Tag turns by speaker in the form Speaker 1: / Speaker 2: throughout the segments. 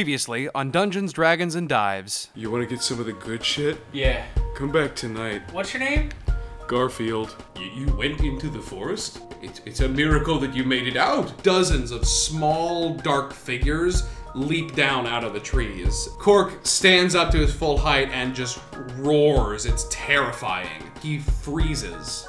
Speaker 1: Previously on Dungeons, Dragons, and Dives.
Speaker 2: You want to get some of the good shit?
Speaker 3: Yeah.
Speaker 2: Come back tonight,
Speaker 3: What's your name?
Speaker 2: Garfield.
Speaker 4: You, you went into the forest? It's, it's a miracle that you made it out. Dozens of small, dark figures leap down out of the trees. Cork stands up to his full height and just roars. It's terrifying. He freezes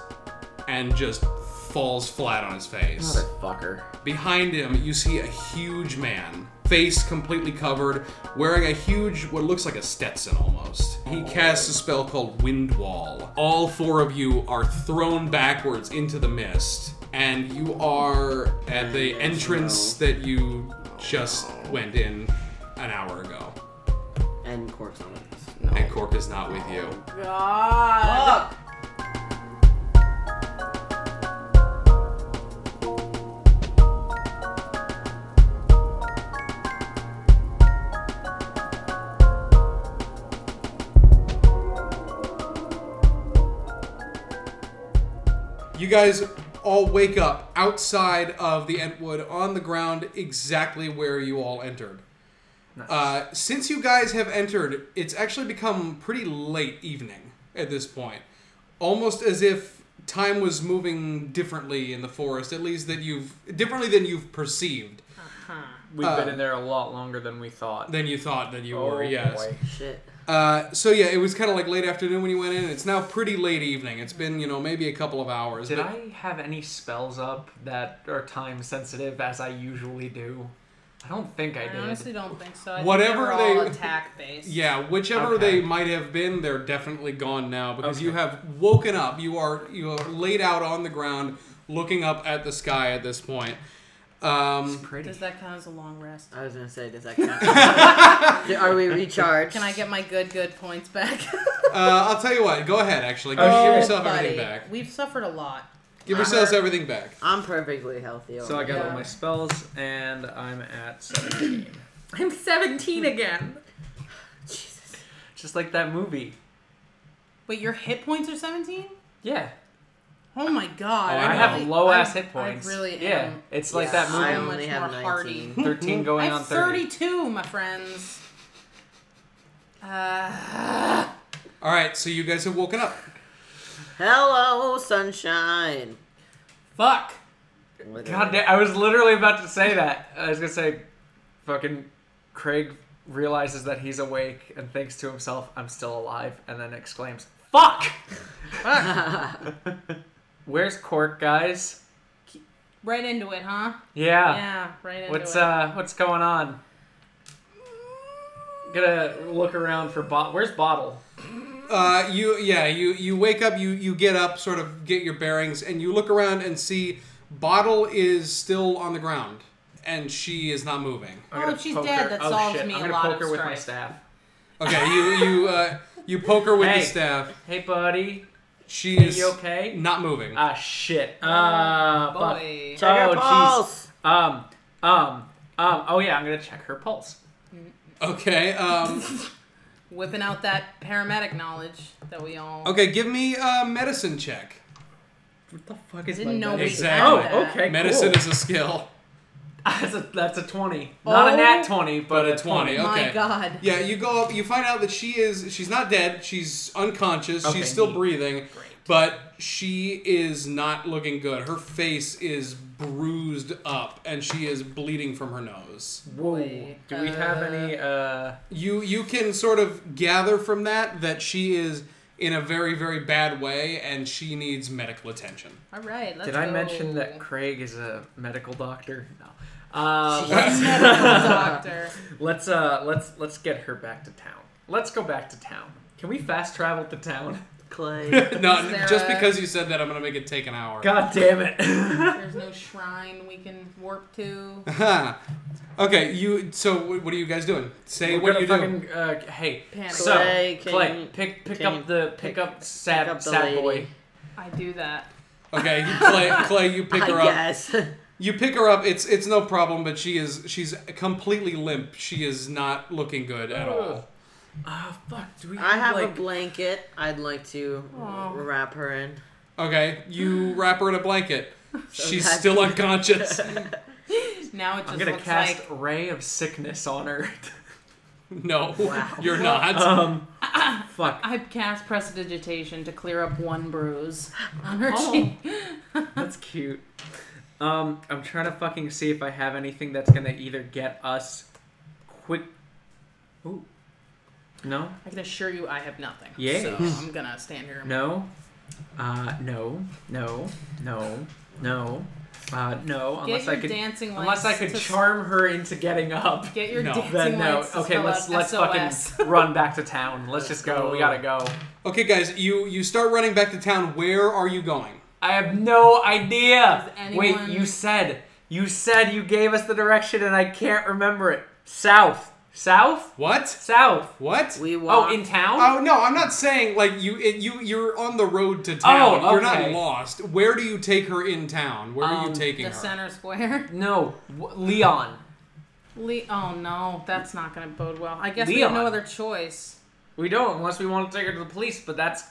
Speaker 4: and just falls flat on his face.
Speaker 5: Motherfucker.
Speaker 4: Behind him, you see a huge man, face completely covered, wearing a huge, what looks like a Stetson almost. He casts a spell called Wind Wall. All four of you are thrown backwards into the mist, and you are at the entrance that you just went in an hour ago.
Speaker 5: And corpse on it.
Speaker 4: And Cork is not with you.
Speaker 6: God.
Speaker 4: You guys all wake up outside of the Entwood on the ground exactly where you all entered. Uh, since you guys have entered, it's actually become pretty late evening at this point. Almost as if time was moving differently in the forest, at least that you've differently than you've perceived
Speaker 3: We've
Speaker 4: Uh,
Speaker 3: been in there a lot longer than we thought.
Speaker 4: than you thought that you
Speaker 3: Oh,
Speaker 4: were. Yes.
Speaker 3: boy.
Speaker 5: Shit.
Speaker 4: Uh, so yeah, it was kind of like late afternoon when you went in. It's now pretty late evening. It's been you know maybe a couple of hours.
Speaker 3: Did
Speaker 4: but-
Speaker 3: I have any spells up that are time sensitive as I usually do? I don't think I
Speaker 6: I
Speaker 3: did.
Speaker 6: honestly don't think so. I
Speaker 4: Whatever
Speaker 6: think they were
Speaker 4: they-
Speaker 6: all attack based.
Speaker 4: Yeah, whichever
Speaker 3: Okay.
Speaker 4: they might have been, they're definitely gone now because you
Speaker 3: Okay.
Speaker 4: have woken up. You are you are laid out on the ground, looking up at the sky at this point. Um,
Speaker 3: Pretty.
Speaker 6: Does that count as a long rest?
Speaker 5: I was gonna say, does that count? Are we recharged?
Speaker 6: Can I get my good good points back?
Speaker 4: uh, I'll tell you what. Go ahead. Actually, give,
Speaker 3: Oh, Uh-huh.
Speaker 4: give
Speaker 3: shit.
Speaker 4: yourself
Speaker 6: Buddy,
Speaker 4: everything back.
Speaker 6: We've suffered a lot.
Speaker 4: Give
Speaker 5: I'm
Speaker 4: yourselves
Speaker 5: hurt.
Speaker 4: everything back.
Speaker 5: I'm perfectly healthy.
Speaker 3: So I got all
Speaker 6: Yeah.
Speaker 3: my spells, and I'm at 17.
Speaker 6: I'm 17 again.
Speaker 3: Just like that movie.
Speaker 6: Wait, your hit points are 17?
Speaker 3: Yeah,
Speaker 6: Oh my god.
Speaker 4: Oh, I
Speaker 3: I,
Speaker 4: know.
Speaker 3: have low ass
Speaker 6: I'm-
Speaker 3: hit points.
Speaker 6: I really am.
Speaker 3: Yeah, it's like
Speaker 5: Yeah,
Speaker 3: that
Speaker 5: I
Speaker 3: movie.
Speaker 5: only
Speaker 6: much
Speaker 5: have
Speaker 6: more
Speaker 5: 19.
Speaker 6: hardy.
Speaker 3: 13 going
Speaker 6: I'm
Speaker 3: on 30.
Speaker 6: 32, my friends. Uh,
Speaker 4: All right. So you guys have woken up.
Speaker 5: Hello, sunshine.
Speaker 6: fuck.
Speaker 3: God damn, I was literally about to say that. I was gonna say, fucking Craig realizes that he's awake and thinks to himself, I'm still alive, and then exclaims, Fuck! Where's Cork, guys?
Speaker 6: Right into it, huh?
Speaker 3: Yeah.
Speaker 6: Yeah, right into
Speaker 3: Ah. what's
Speaker 6: it.
Speaker 3: uh what's going on? Gonna look around for bot where's bottle?
Speaker 4: Uh, you yeah you you wake up you you get up sort of get your bearings and you look around and see bottle is still on the ground and she is not moving
Speaker 3: I'm
Speaker 6: Oh,
Speaker 3: gonna
Speaker 6: she's
Speaker 3: poke
Speaker 6: dead.
Speaker 3: her.
Speaker 6: That
Speaker 3: oh,
Speaker 6: solves
Speaker 3: shit.
Speaker 6: me
Speaker 3: I'm
Speaker 6: a
Speaker 3: gonna
Speaker 6: lot
Speaker 3: poke
Speaker 6: of
Speaker 3: her with my
Speaker 6: strife.
Speaker 3: staff.
Speaker 4: okay you you uh you poke her with
Speaker 3: Hey.
Speaker 4: the staff
Speaker 3: Hey buddy,
Speaker 4: she
Speaker 3: are
Speaker 4: is
Speaker 3: you okay?
Speaker 4: not moving
Speaker 3: Ah shit. Uh fuck.
Speaker 6: Oh, Boy.
Speaker 5: Check your
Speaker 3: Oh, jeez.
Speaker 5: pulse.
Speaker 3: Um, um, um. Oh yeah, I'm gonna check her pulse.
Speaker 4: okay um
Speaker 6: Whipping out that paramedic knowledge that we all
Speaker 3: Oh,
Speaker 4: okay give me a medicine check
Speaker 3: What the fuck is
Speaker 6: didn't know we
Speaker 4: Exactly.
Speaker 6: had
Speaker 3: Oh,
Speaker 6: that.
Speaker 3: okay.
Speaker 4: medicine
Speaker 3: cool.
Speaker 4: is a skill
Speaker 3: That's a that's a twenty. Not a
Speaker 5: Oh.
Speaker 3: nat twenty, but,
Speaker 4: but a 20
Speaker 6: My
Speaker 4: okay
Speaker 6: god.
Speaker 4: yeah you go up you find out that she is she's not dead she's unconscious
Speaker 3: Okay,
Speaker 4: she's still
Speaker 3: neat.
Speaker 4: breathing but she is not looking good her face is bruised up and she is bleeding from her nose
Speaker 3: Whoa. Do we have any? Uh.
Speaker 4: you you can sort of gather from that that she is in a very very bad way and she needs medical attention
Speaker 6: All right, let's
Speaker 3: Did I
Speaker 6: go.
Speaker 3: mention that Craig is a medical doctor? No. Um,
Speaker 5: Jeez.
Speaker 6: Doctor.
Speaker 3: let's uh let's let's get her back to town. Let's go back to town. Can we fast travel to town?
Speaker 5: Clay.
Speaker 4: no
Speaker 6: there
Speaker 4: just
Speaker 6: a-
Speaker 4: because you said that i'm gonna make it take an hour
Speaker 3: God damn it!
Speaker 6: There's no shrine we can warp to.
Speaker 4: Ha. okay you so wh- what are you guys doing say
Speaker 3: We're
Speaker 4: what
Speaker 3: gonna
Speaker 4: you do
Speaker 3: fucking, uh, hey,
Speaker 6: Panic.
Speaker 3: so
Speaker 5: Clay, can-
Speaker 3: Clay, pick pick
Speaker 5: can you
Speaker 3: up the pick,
Speaker 5: pick-
Speaker 3: up sad
Speaker 5: pick up the
Speaker 3: sad
Speaker 5: lady?
Speaker 3: boy.
Speaker 6: I do that.
Speaker 4: okay you clay, clay you pick
Speaker 5: I
Speaker 4: her up
Speaker 5: guess.
Speaker 4: You pick her up. It's it's no problem, but she is she's completely limp. She is not looking good at all.
Speaker 3: Ah, fuck. Do we?
Speaker 5: I have a
Speaker 3: like,
Speaker 5: blanket. I'd like to
Speaker 6: Aw.
Speaker 5: wrap her in.
Speaker 4: Okay, you wrap her in a blanket. She's
Speaker 5: that's-
Speaker 4: still unconscious.
Speaker 6: Now it just
Speaker 3: I'm gonna
Speaker 6: looks
Speaker 3: cast
Speaker 6: like
Speaker 3: Ray of Sickness on her.
Speaker 4: No,
Speaker 5: Wow.
Speaker 4: you're not.
Speaker 3: um, fuck.
Speaker 6: I cast prestidigitation to clear up one bruise on her
Speaker 3: Oh.
Speaker 6: cheek.
Speaker 3: That's cute. Um, I'm trying to fucking see if I have anything that's gonna either get us quick. Ooh. No.
Speaker 6: I can assure you, I have nothing.
Speaker 3: Yay.
Speaker 6: So I'm gonna stand here. And
Speaker 3: No. Uh, no. No. No. No. Uh, no.
Speaker 6: Get
Speaker 3: Unless
Speaker 6: your
Speaker 3: I could.
Speaker 6: dancing lights.
Speaker 3: Unless I could
Speaker 6: to-
Speaker 3: charm her into getting up.
Speaker 6: Get your
Speaker 4: No.
Speaker 6: dancing
Speaker 3: Then no.
Speaker 6: lights. to
Speaker 3: Okay,
Speaker 6: spell
Speaker 3: let's
Speaker 6: out
Speaker 3: let's
Speaker 6: SOS.
Speaker 3: fucking run back to town. Let's just go. We gotta go.
Speaker 4: Okay, guys, you you start running back to town. Where are you going?
Speaker 3: I have no idea.
Speaker 6: Does anyone-
Speaker 3: Wait, you said you said you gave us the direction, and I can't remember it. South. South.
Speaker 4: What?
Speaker 3: South.
Speaker 4: What?
Speaker 5: We walk.
Speaker 3: Oh, in town.
Speaker 4: Oh no, I'm not saying like you it, you you're on the road to town.
Speaker 3: Oh,
Speaker 4: You're not
Speaker 3: okay.
Speaker 4: lost. Where do you take her in town? Where are you
Speaker 3: Um,
Speaker 4: taking
Speaker 6: The
Speaker 4: her?
Speaker 6: center square.
Speaker 3: No, w- Leon.
Speaker 6: Le- oh no, that's not gonna bode well. I guess we
Speaker 3: Leon.
Speaker 6: have no other choice.
Speaker 3: We don't, unless we want to take her to the police, but that's.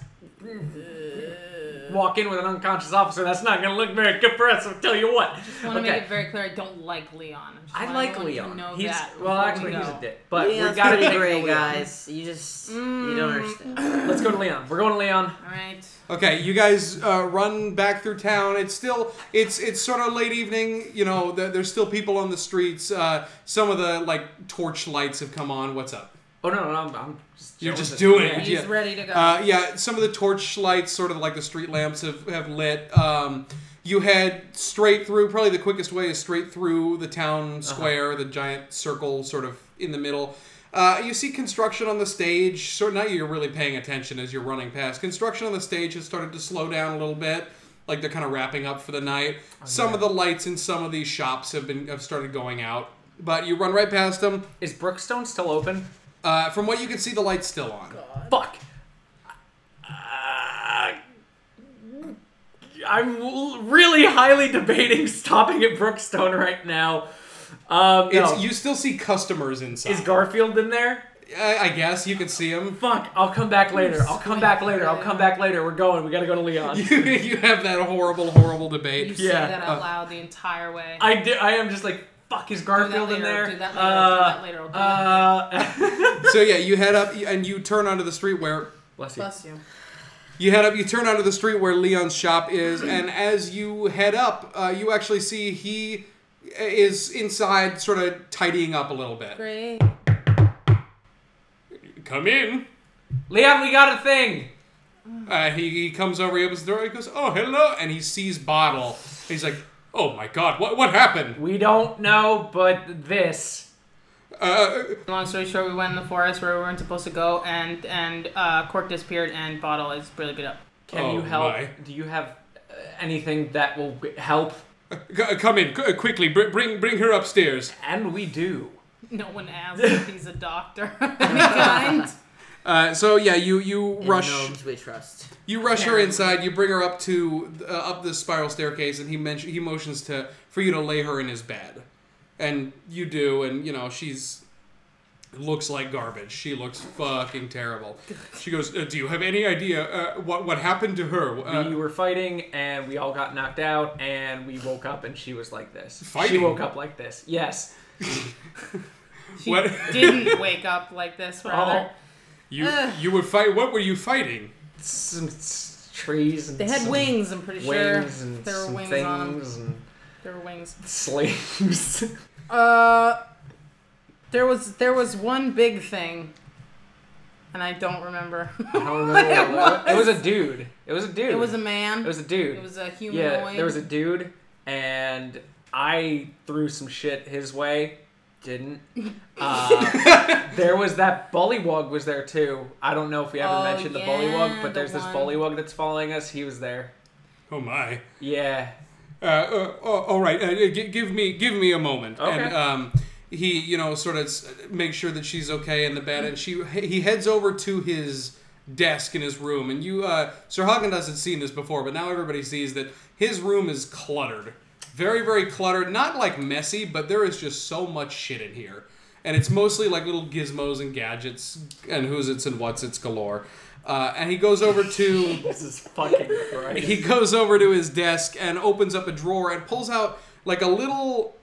Speaker 3: Walk in with an unconscious officer, that's not gonna look very good for us, I'll tell you what.
Speaker 6: I want to
Speaker 3: Okay.
Speaker 6: make it very clear I don't like Leon. just
Speaker 3: I
Speaker 6: want
Speaker 3: like
Speaker 6: everyone to
Speaker 3: Leon.
Speaker 6: Know
Speaker 3: he's
Speaker 6: that
Speaker 3: well,
Speaker 6: before we
Speaker 3: actually, he's
Speaker 6: go.
Speaker 3: a dick. But we
Speaker 5: Leon's
Speaker 3: gotta
Speaker 5: pretty
Speaker 3: take
Speaker 5: great,
Speaker 3: Leon.
Speaker 5: guys. You just you don't understand.
Speaker 3: Let's go to Leon. We're going to Leon.
Speaker 6: All right.
Speaker 4: Okay, you guys uh, run back through town. It's still it's it's sort of late evening. You know, there, there's still people on the streets. Uh, some of the like torch lights have come on. What's up?
Speaker 3: Oh no, no, no, I'm, I'm just.
Speaker 4: You're
Speaker 3: chilling
Speaker 4: just
Speaker 3: with
Speaker 4: doing
Speaker 3: Yeah.
Speaker 4: it.
Speaker 6: He's
Speaker 4: Yeah.
Speaker 6: ready to go.
Speaker 4: Uh, yeah, some of the torch lights, sort of like the street lamps, have, have lit. Um, you head straight through. Probably the quickest way is straight through the town square, the giant circle, sort of in the middle. Uh, you see construction on the stage. So now you're really paying attention as you're running past. Construction on the stage has started to slow down a little bit, like they're kind of wrapping up for the night. Some of the lights in some of these shops have been have started going out, but you run right past them.
Speaker 3: Is Brookstone still open?
Speaker 4: Uh, from what you can see, the light's still on.
Speaker 3: Fuck. Uh, I'm l- really highly debating stopping at Brookstone right now. Um,
Speaker 4: It's,
Speaker 3: no.
Speaker 4: You still see customers inside.
Speaker 3: Is Garfield in there?
Speaker 4: I, I guess you could see him.
Speaker 3: Fuck, I'll come back later. I'll come back later. I'll come back later. We're going. We gotta go to Leon.
Speaker 4: You, you have that horrible, horrible
Speaker 6: you
Speaker 4: debate.
Speaker 6: say
Speaker 3: yeah,
Speaker 6: that out loud the entire way.
Speaker 3: I, di- I am just like, fuck, is Garfield in
Speaker 6: later,
Speaker 3: there?
Speaker 6: do that later,
Speaker 3: Uh,
Speaker 6: do that later, I'll do
Speaker 3: uh,
Speaker 4: So yeah, you head up and you turn onto the street where
Speaker 3: Bless you.
Speaker 6: Bless you.
Speaker 4: you head up. You turn onto the street where Leon's shop is, and as you head up, uh, you actually see he is inside, sort of tidying up a little bit.
Speaker 6: Great.
Speaker 4: Come in.
Speaker 3: Leon, we got a thing.
Speaker 4: Uh, he, he comes over, he opens the door, he goes, "Oh, hello," and he sees bottle. He's like, "Oh my God, what what happened?"
Speaker 3: We don't know, but this.
Speaker 4: Uh,
Speaker 6: Long story short, we went in the forest where we weren't supposed to go, and and uh, Cork disappeared, and Bottle is really beat up.
Speaker 3: Can
Speaker 4: Oh,
Speaker 3: you help?
Speaker 4: my.
Speaker 3: Do you have uh, anything that will g- help?
Speaker 4: c- come in c- quickly. Br- bring bring her upstairs.
Speaker 3: And we do.
Speaker 6: No one asked if he's a doctor of any kind.
Speaker 4: Uh, so yeah, you you
Speaker 5: In
Speaker 4: rush.
Speaker 5: Gnomes we trust.
Speaker 4: You rush her inside. You bring her up to uh, up the spiral staircase, and he mention, he motions to for you to lay her in his bed, and you do, and you know she's looks like garbage. She looks fucking terrible. She goes, uh, "Do you have any idea uh, what what happened to her?"
Speaker 3: we
Speaker 4: Uh,
Speaker 3: were fighting, and we all got knocked out, and we woke up, and she was like this. She
Speaker 4: Fighting?
Speaker 3: woke up like this. Yes.
Speaker 6: She
Speaker 4: What?
Speaker 6: didn't wake up like this,
Speaker 3: Oh.
Speaker 6: rather.
Speaker 4: you you were fight. What were you fighting?
Speaker 3: Some s- trees. And
Speaker 6: They had
Speaker 3: some
Speaker 6: wings, I'm pretty
Speaker 3: wings
Speaker 6: sure.
Speaker 3: and
Speaker 6: There were
Speaker 3: some
Speaker 6: wings
Speaker 3: things
Speaker 6: on them.
Speaker 3: and
Speaker 6: There were wings.
Speaker 3: slaves.
Speaker 6: Uh, there was there was one big thing, and I don't remember.
Speaker 3: I don't remember. what it, was. it was a dude. It was a dude.
Speaker 6: it was a man.
Speaker 3: It was a dude.
Speaker 6: It was a humanoid.
Speaker 3: yeah, there was a dude, and I threw some shit his way. Didn't. Uh, there was that bullywug was there too. I don't know if we ever
Speaker 6: Oh,
Speaker 3: mentioned the
Speaker 6: yeah,
Speaker 3: bullywug,
Speaker 6: the
Speaker 3: but there's this
Speaker 6: one.
Speaker 3: bullywug that's following us. He was there.
Speaker 4: Oh my.
Speaker 3: Yeah.
Speaker 4: uh, uh, oh, all right, uh, g- give me give me a moment.
Speaker 3: Okay.
Speaker 4: And um, he, you know, sort of s- makes sure that she's okay in the bed, and she he heads over to his desk in his room, and you, uh, Sir Hagen hasn't seen this before, but now everybody sees that his room is cluttered, very very cluttered, not like messy, but there is just so much shit in here. And it's mostly like little gizmos and gadgets and who's it's and what's it's galore. Uh, and he goes over to
Speaker 3: This is fucking right.
Speaker 4: he goes over to his desk and opens up a drawer and pulls out like a little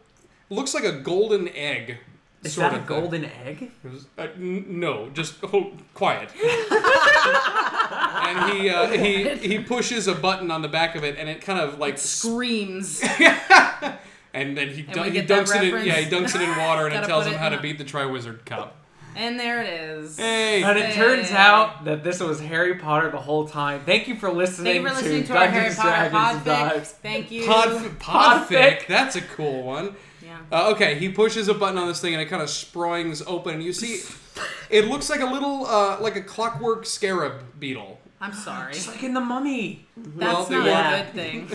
Speaker 4: looks like a golden egg.
Speaker 3: Is
Speaker 4: sort
Speaker 3: that
Speaker 4: of
Speaker 3: a
Speaker 4: thing.
Speaker 3: golden egg?
Speaker 4: It was- uh, n- no, just hold, quiet. and he uh, he he pushes a button on the back of it, and it kind of like sp-
Speaker 6: Screams.
Speaker 4: and then he,
Speaker 6: And
Speaker 4: dun-
Speaker 6: we
Speaker 4: he
Speaker 6: get that
Speaker 4: dunks it in yeah
Speaker 6: reference.
Speaker 4: he dunks it in water, and it
Speaker 6: Gotta
Speaker 4: tells
Speaker 6: put
Speaker 4: him
Speaker 6: it
Speaker 4: how
Speaker 6: in
Speaker 4: to
Speaker 6: the-
Speaker 4: beat the Triwizard Cup.
Speaker 6: and there it is.
Speaker 4: Hey,
Speaker 3: And it
Speaker 6: Hey.
Speaker 3: turns out that this was Harry Potter the whole time. Thank you for
Speaker 6: Thank
Speaker 3: listening,
Speaker 6: you for listening
Speaker 3: to,
Speaker 6: to our Harry
Speaker 3: Dungeons,
Speaker 6: Potter
Speaker 3: Dragons, and
Speaker 6: podfic.
Speaker 3: Dives.
Speaker 6: Thank you.
Speaker 4: Podf- podfic,
Speaker 3: Podfic.
Speaker 4: that's a cool one.
Speaker 6: yeah.
Speaker 4: Uh, okay, he pushes a button on this thing and it kind of springs open. And you see, it looks like a little, uh, like a clockwork scarab beetle.
Speaker 6: I'm sorry.
Speaker 3: It's like in the mummy.
Speaker 4: well,
Speaker 6: That's
Speaker 4: they
Speaker 6: not
Speaker 5: were-
Speaker 6: a good thing.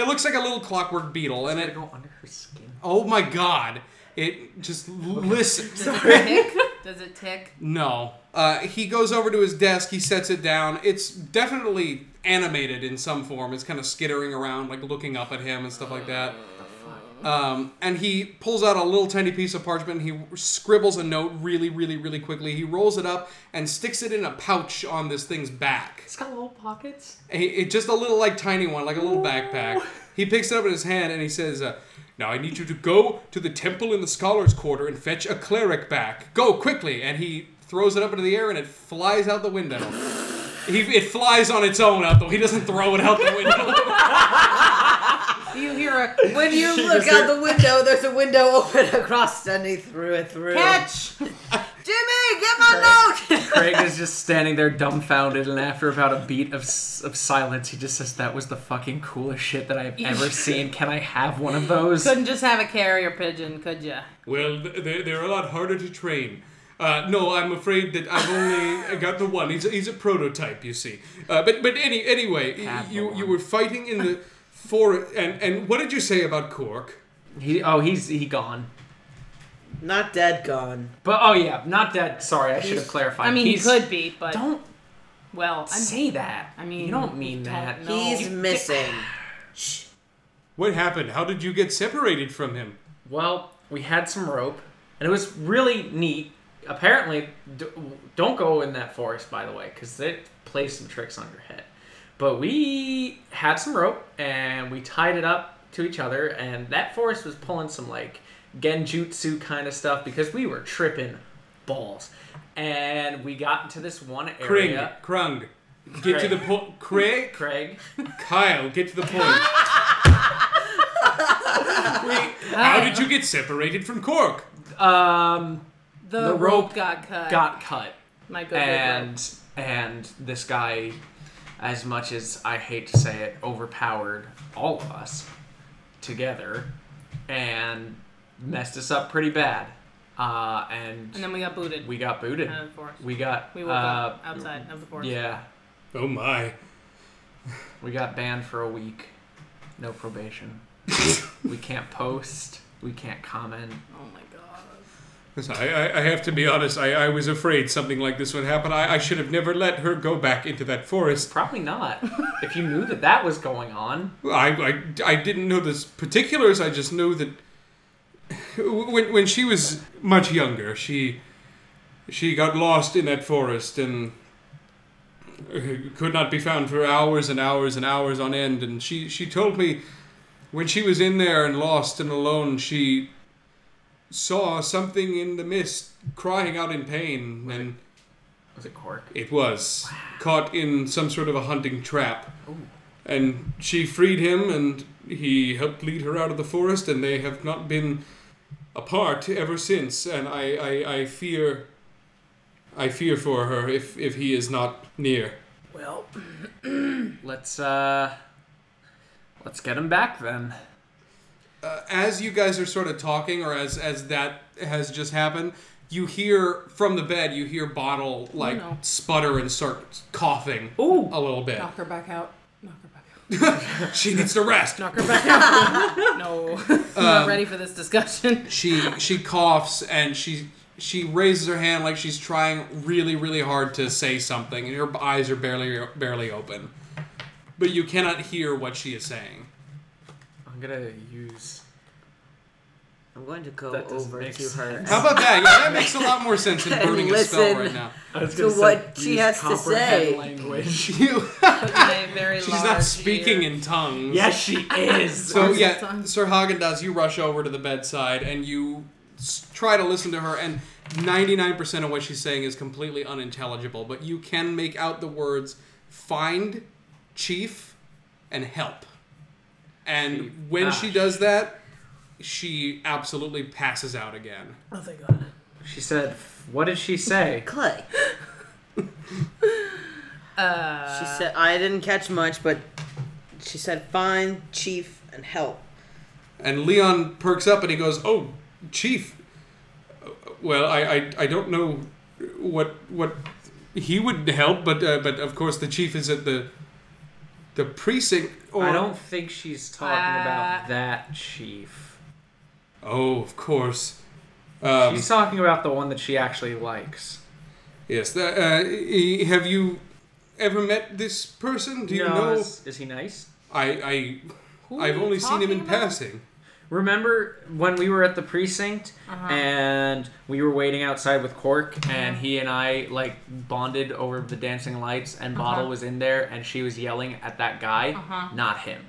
Speaker 4: It looks like a little clockwork beetle, and
Speaker 3: I
Speaker 4: it.
Speaker 3: go under her skin.
Speaker 4: Oh my god! It just listen.
Speaker 6: tick? Does it tick?
Speaker 4: No. Uh, he goes over to his desk. He sets it down. It's definitely animated in some form. It's kind of skittering around, like looking up at him and stuff like that. Um, and he pulls out a little tiny piece of parchment. He scribbles a note really, really, really quickly. He rolls it up and sticks it in a pouch on this thing's back.
Speaker 3: It's got little pockets.
Speaker 4: He, it, just a little, like, tiny one, like a little backpack. He picks it up in his hand and he says, uh, Now I need you to go to the temple in the scholars' quarter and fetch a cleric back. Go quickly! And he throws it up into the air and it flies out the window. He, it flies on its own out the He doesn't throw it out the window.
Speaker 6: You hear a
Speaker 5: When you look out the window, there's a window open across, and he threw it through.
Speaker 6: catch.
Speaker 5: Jimmy, get my note!
Speaker 3: Craig is just standing there dumbfounded, and after about a beat of, s- of silence, he just says, That was the fucking coolest shit that I've ever seen. Can I have one of those?
Speaker 6: Couldn't just have a carrier pigeon, could you?
Speaker 4: well, they're, they're a lot harder to train. Uh, no, I'm afraid that I've only got the one. He's a, he's a prototype, you see. Uh, but but any, anyway, y-
Speaker 3: Have the
Speaker 4: you, you
Speaker 3: one.
Speaker 4: were fighting in the forest. And, and what did you say about Cork?
Speaker 3: He, oh, he's he gone.
Speaker 5: Not dead, gone.
Speaker 3: But oh, yeah, not dead. Sorry, I should have
Speaker 5: He's-
Speaker 3: clarified.
Speaker 6: I mean,
Speaker 3: He's-
Speaker 6: he could be, but
Speaker 3: Don't
Speaker 6: well, I'm
Speaker 3: say that.
Speaker 6: I mean,
Speaker 3: you don't mean
Speaker 6: we don't
Speaker 3: that.
Speaker 6: know.
Speaker 5: He's missing.
Speaker 4: What happened? How did you get separated from him?
Speaker 3: Well, we had some rope, and it was really neat. Apparently, d- don't go in that forest, by the way, because they play some tricks on your head. But we had some rope, and we tied it up to each other, and that forest was pulling some like genjutsu kind of stuff because we were tripping balls. And we got into this one
Speaker 4: Kring,
Speaker 3: area.
Speaker 4: Krung. Get to
Speaker 3: Craig.
Speaker 4: the point. Craig,
Speaker 3: Craig.
Speaker 4: Kyle, get to the point. We- how did you get separated from Cork?
Speaker 3: Um,
Speaker 6: the,
Speaker 3: the
Speaker 6: rope,
Speaker 3: rope
Speaker 6: got cut.
Speaker 3: got cut.
Speaker 6: my good big rope.
Speaker 3: and and this guy as much as i hate to say it overpowered all of us together and messed us up pretty bad uh, and,
Speaker 6: and then we got booted.
Speaker 3: we got booted
Speaker 6: out of the forest.
Speaker 3: we got
Speaker 6: Uh, We woke
Speaker 3: uh,
Speaker 6: up outside of the forest.
Speaker 3: yeah
Speaker 4: Oh my.
Speaker 3: we got banned for a week no probation we can't post we can't comment
Speaker 6: Oh my god.
Speaker 4: Listen, I, I, I have to be honest, I, I was afraid something like this would happen. I, I should have never let her go back into that forest.
Speaker 3: probably not if you knew that that was going on
Speaker 4: I, I, I didn't know the particulars. I just knew that when, when she was much younger, she she got lost in that forest and uh, could not be found for hours and hours and hours on end. And she, she told me when she was in there and lost and alone, she saw something in the mist crying out in pain, and
Speaker 3: was it cork
Speaker 4: it was caught in some sort of a hunting trap. And she freed him, and he helped lead her out of the forest, and they have not been apart ever since. And I, I, I fear, I fear for her if if he is not near.
Speaker 3: Well, let's uh let's get him back then.
Speaker 4: as you guys are sort of talking or as as that has just happened you hear from the bed you hear bottle like
Speaker 6: no.
Speaker 4: sputter and start coughing
Speaker 3: Ooh.
Speaker 4: a little bit
Speaker 6: Knock her back out. Knock her back out.
Speaker 4: she needs to rest
Speaker 6: Knock her back out. no. I'm not
Speaker 3: Um,
Speaker 6: ready for this discussion.
Speaker 4: she she coughs and she she raises her hand like she's trying really really hard to say something and her eyes are barely barely open but you cannot hear what she is saying
Speaker 3: I'm gonna use
Speaker 5: I'm going to go
Speaker 3: That doesn't
Speaker 5: over
Speaker 3: make
Speaker 5: to her.
Speaker 3: sense.
Speaker 4: How about that? Yeah, that makes a lot more sense than
Speaker 5: And
Speaker 4: burning a spell
Speaker 5: listen.
Speaker 4: right now.
Speaker 3: I was
Speaker 5: To
Speaker 3: gonna say,
Speaker 5: what she
Speaker 3: use
Speaker 5: has to
Speaker 3: comprehend
Speaker 5: say.
Speaker 3: Language.
Speaker 4: You-
Speaker 6: With my very
Speaker 4: she's
Speaker 6: large
Speaker 4: not speaking
Speaker 6: ear.
Speaker 4: in tongues.
Speaker 3: yes, she is.
Speaker 4: So
Speaker 6: Arms
Speaker 4: yeah,
Speaker 6: and tongues.
Speaker 4: Sir Hagen does. You rush over to the bedside and you s- try to listen to her, and 99% of what she's saying is completely unintelligible. But you can make out the words "find," "chief," and "help." And
Speaker 3: Chief.
Speaker 4: when
Speaker 3: Ah,
Speaker 4: she does that, she absolutely passes out again.
Speaker 6: Oh, thank God.
Speaker 3: She said, "What did she say?"
Speaker 5: Clay.
Speaker 6: Uh,
Speaker 5: She said, I didn't catch much, but she said, fine, chief, and help.
Speaker 4: And Leon perks up and he goes, "Oh, chief. uh, Well, I I, I don't know what what he would help, but uh, but of course the chief is at the the precinct. Or,
Speaker 3: I don't think she's talking
Speaker 6: Uh,
Speaker 3: about that chief.
Speaker 4: Oh, of course. Um,
Speaker 3: she's talking about the one that she actually likes.
Speaker 4: yes. The, uh, he- have you ever met this person? Do you
Speaker 3: No,
Speaker 4: know?
Speaker 3: Is, is he nice?
Speaker 4: I I
Speaker 6: Who are
Speaker 4: I've
Speaker 6: you
Speaker 4: only seen him
Speaker 6: talking
Speaker 4: in
Speaker 6: about?
Speaker 4: passing.
Speaker 3: Remember when we were at the precinct and we were waiting outside with Cork and he and I like bonded over the dancing lights and Bottle was in there and she was yelling at that guy,
Speaker 6: Uh-huh.
Speaker 3: not him.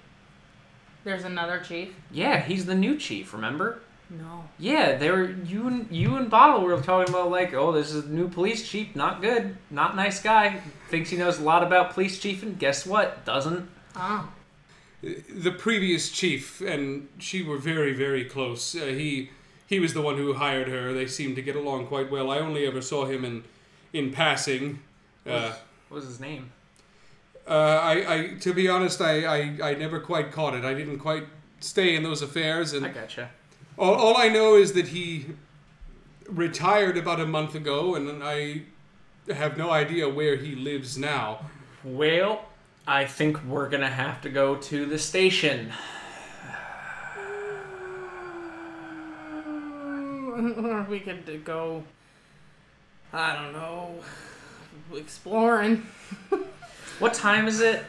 Speaker 6: There's another chief?
Speaker 3: Yeah, he's the new chief, remember?
Speaker 6: No.
Speaker 3: Yeah, they were you and you and Bottle were talking about like, oh, this is the new police chief, not good, not nice guy. Thinks he knows a lot about police chief and guess what? Doesn't.
Speaker 6: Oh.
Speaker 4: the previous chief and she were very very close uh, he he was the one who hired her they seemed to get along quite well i only ever saw him in in passing uh,
Speaker 3: What was his name?
Speaker 4: uh, I, I to be honest I, I i never quite caught it i didn't quite stay in those affairs
Speaker 3: I
Speaker 4: and
Speaker 3: gotcha.
Speaker 4: all, all i know is that he retired about a month ago and i have no idea where he lives now
Speaker 3: Well, I think we're gonna have to go to the station.
Speaker 6: or we could go, I don't know, exploring.
Speaker 3: What time is it?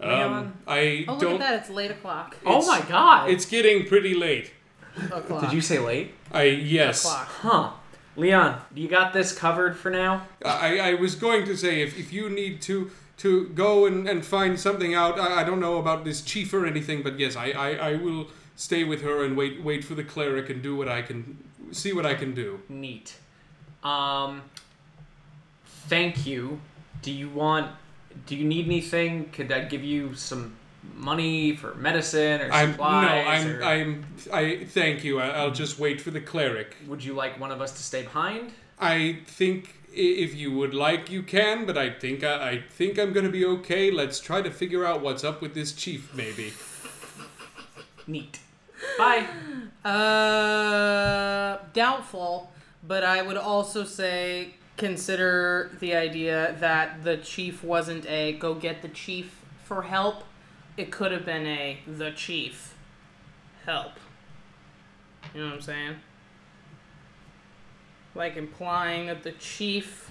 Speaker 4: um, i
Speaker 6: Oh, look
Speaker 4: don't
Speaker 6: at that. It's late o'clock.
Speaker 3: oh
Speaker 4: It's-
Speaker 3: my god!
Speaker 4: it's getting pretty late
Speaker 6: O'clock.
Speaker 3: Did you say late?
Speaker 4: i yes
Speaker 6: O'clock.
Speaker 3: Huh. Leon, you got this covered for now?
Speaker 4: I, I was going to say if, if you need to to go and, and find something out I, I don't know about this chief or anything but yes I, I, I will stay with her and wait wait for the cleric and do what I can see what I can do
Speaker 3: Neat. Um thank you. Do you want do you need anything? Could I give you some money for medicine or
Speaker 4: I'm no
Speaker 3: supplies?
Speaker 4: I'm
Speaker 3: or
Speaker 4: I'm I thank you I, I'll just wait for the cleric
Speaker 3: would you like one of us to stay behind?
Speaker 4: I think i- if you would like you can but I think I, I think I'm gonna be okay let's try to figure out what's up with this chief maybe
Speaker 3: Neat. Bye.
Speaker 6: Uh, doubtful, but I would also say consider the idea that the chief wasn't a go get the chief for help. It could have been a the chief help. You know what I'm saying? Like implying that the chief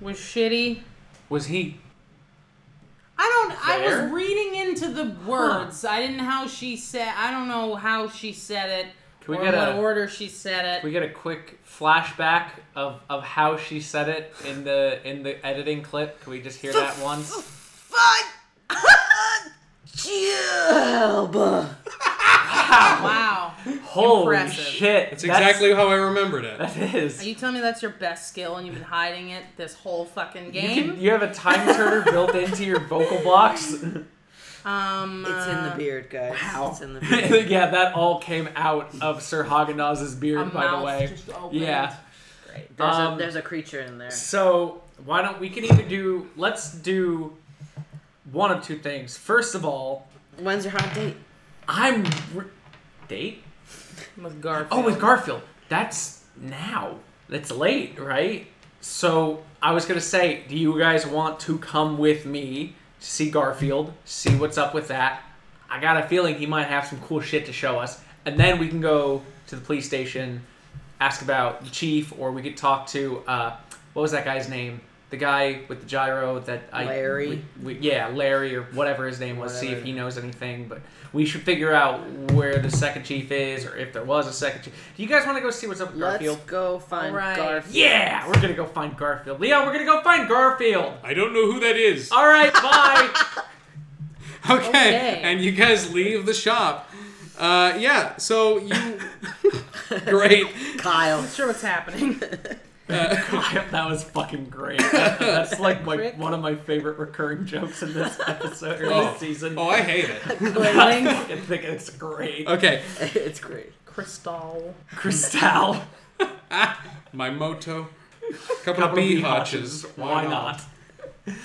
Speaker 6: was shitty.
Speaker 3: Was he
Speaker 6: I don't. I
Speaker 3: Fair.
Speaker 6: was reading into the words. I didn't how she said. I don't know how she said it
Speaker 3: Can we
Speaker 6: or
Speaker 3: get
Speaker 6: what
Speaker 3: a-
Speaker 6: order she said
Speaker 3: we
Speaker 6: it.
Speaker 3: get a quick flashback of, of how she said it in the in the editing clip? Can we just hear that once?
Speaker 5: Fine! Help!
Speaker 6: Wow.
Speaker 3: Holy
Speaker 6: Impressive.
Speaker 3: shit!
Speaker 4: that's exactly how I remembered it
Speaker 3: that is.
Speaker 6: Are you telling me that's your best skill and you've been hiding it this whole fucking
Speaker 3: You,
Speaker 6: game?
Speaker 3: can, you have a time turner built into your vocal blocks.
Speaker 6: um.
Speaker 5: It's in the
Speaker 6: uh,
Speaker 5: beard, guys. It's in the beard.
Speaker 3: yeah, that all came out of Sir Haagen-Dazs's
Speaker 6: a
Speaker 3: beard, by the
Speaker 6: mouth
Speaker 3: way.
Speaker 6: just opened.
Speaker 3: Yeah.
Speaker 5: Great. There's,
Speaker 3: Um,
Speaker 5: a, there's a creature in there.
Speaker 3: So why don't we can either do let's do one of two things. First of all,
Speaker 5: When's your hot date?
Speaker 3: I'm re- date.
Speaker 6: With Garfield.
Speaker 3: Oh, with Garfield. That's now. That's late, right? So I was gonna say, do you guys want to come with me to see Garfield? See what's up with that. I got a feeling he might have some cool shit to show us, and then we can go to the police station, ask about the chief, or we could talk to uh, what was that guy's name? the guy with the gyro that I
Speaker 5: Larry?
Speaker 3: we- we- yeah, Larry or whatever his name was. See if
Speaker 5: Whatever.
Speaker 3: he knows anything. But we should figure out where the second chief is, or if there was a second chief. Do you guys want to go see what's up, with Garfield?
Speaker 5: Let's go find
Speaker 6: Alright.
Speaker 5: Garfield.
Speaker 3: Yeah, we're gonna go find Garfield. Leon, we're gonna go find Garfield.
Speaker 2: I don't know who that is.
Speaker 3: All right, bye.
Speaker 4: Okay.
Speaker 6: Okay.
Speaker 4: And you guys leave the shop. Uh, yeah. So you. Great.
Speaker 5: Kyle.
Speaker 6: Sure, what's happening?
Speaker 3: that was fucking great. That's like my, one of my favorite recurring jokes in this episode or this
Speaker 4: Oh.
Speaker 3: season.
Speaker 4: Oh, I hate it.
Speaker 3: I
Speaker 6: Boiling
Speaker 3: fucking think it's great.
Speaker 4: Okay.
Speaker 5: it's great.
Speaker 6: crystal.
Speaker 3: Cristal.
Speaker 4: My moto. Couple,
Speaker 3: Couple
Speaker 4: of bee hotches.
Speaker 3: Why not?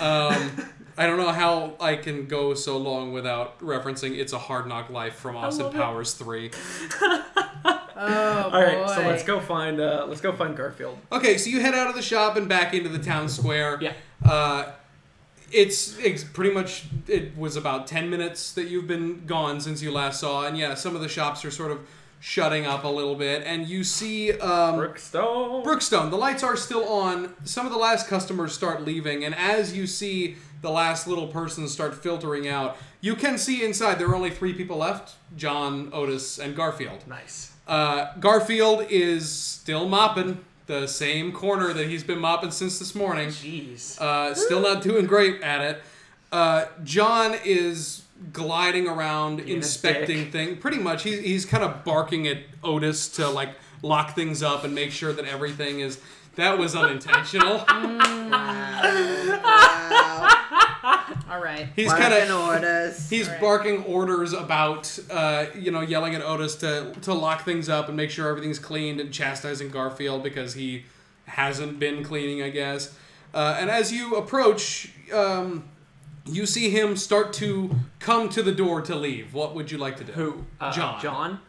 Speaker 4: Um, I don't know how I can go so long without referencing "It's a Hard Knock Life" from Austin
Speaker 3: love it.
Speaker 4: Powers Three.
Speaker 6: Oh boy.
Speaker 3: All right, so let's go find uh, let's go find Garfield.
Speaker 4: Okay, so you head out of the shop and back into the town square.
Speaker 3: Yeah.
Speaker 4: Uh, it's, it's pretty much it was about 10 minutes that you've been gone since you last saw and yeah some of the shops are sort of shutting up a little bit and you see um,
Speaker 3: Brookstone.
Speaker 4: brookstone the lights are still on some of the last customers start leaving and as you see the last little person start filtering out you can see inside there are only three people left john otis and garfield
Speaker 3: nice.
Speaker 4: uh, Garfield is still mopping the same corner that he's been mopping since this morning.
Speaker 3: Jeez.
Speaker 4: Uh, still not doing great at it. Uh, John is gliding around,
Speaker 3: a
Speaker 4: inspecting
Speaker 3: dick.
Speaker 4: things. Pretty much, he's, he's kind of barking at Otis to like lock things up and make sure that everything is. That was unintentional.
Speaker 5: Wow.
Speaker 6: All right.
Speaker 4: He's
Speaker 5: Barking
Speaker 4: kind of
Speaker 5: orders.
Speaker 4: he's
Speaker 6: Right.
Speaker 4: barking orders about uh, you know yelling at Otis to to lock things up and make sure everything's cleaned and chastising Garfield because he hasn't been cleaning, I guess. Uh, and as you approach, um, you see him start to come to the door to leave. What would you like to do?
Speaker 3: Who? Uh,
Speaker 4: John.
Speaker 3: John.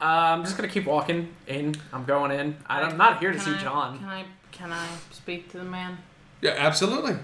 Speaker 3: Uh, I'm just gonna keep walking in. I'm going in. I- I'm not here to
Speaker 6: Can
Speaker 3: see
Speaker 6: I-
Speaker 3: John.
Speaker 6: Can I can I speak to the man?
Speaker 4: Yeah, absolutely.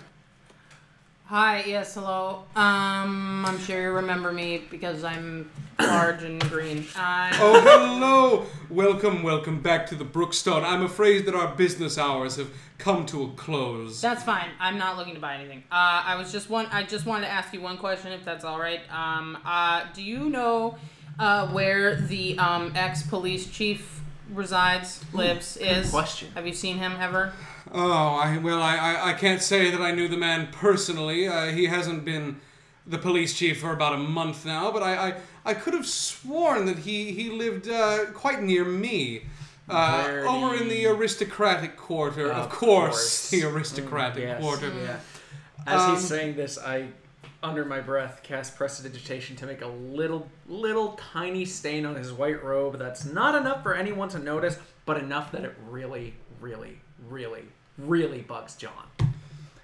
Speaker 6: Hi, yes, hello. Um, I'm sure you remember me because I'm large and green. I,
Speaker 4: Oh, hello! welcome, welcome back to the Brookstone. I'm afraid that our business hours have come to a close.
Speaker 6: That's fine. I'm not looking to buy anything. Uh, I was just one. I just wanted to ask you one question, if that's all right. Um, uh, do you know uh, where the um, ex police chief resides, lives, is?
Speaker 3: question.
Speaker 6: Have you seen him ever?
Speaker 4: Oh, I, well, I, I, I can't say that I knew the man personally. Uh, he hasn't been the police chief for about a month now, but I, I, I could have sworn that he, he lived uh, quite near me. Uh,
Speaker 3: Where
Speaker 4: over
Speaker 3: the-
Speaker 4: in the aristocratic quarter, of,
Speaker 3: Of
Speaker 4: course,
Speaker 3: course. Mm,
Speaker 4: the aristocratic
Speaker 3: yes.
Speaker 4: quarter.
Speaker 3: Yeah. As
Speaker 4: Um,
Speaker 3: he's saying this, I, under my breath, cast prestidigitation to make a little, little tiny stain on his white robe. That's not enough for anyone to notice, but enough that it really, really, really, really bugs John.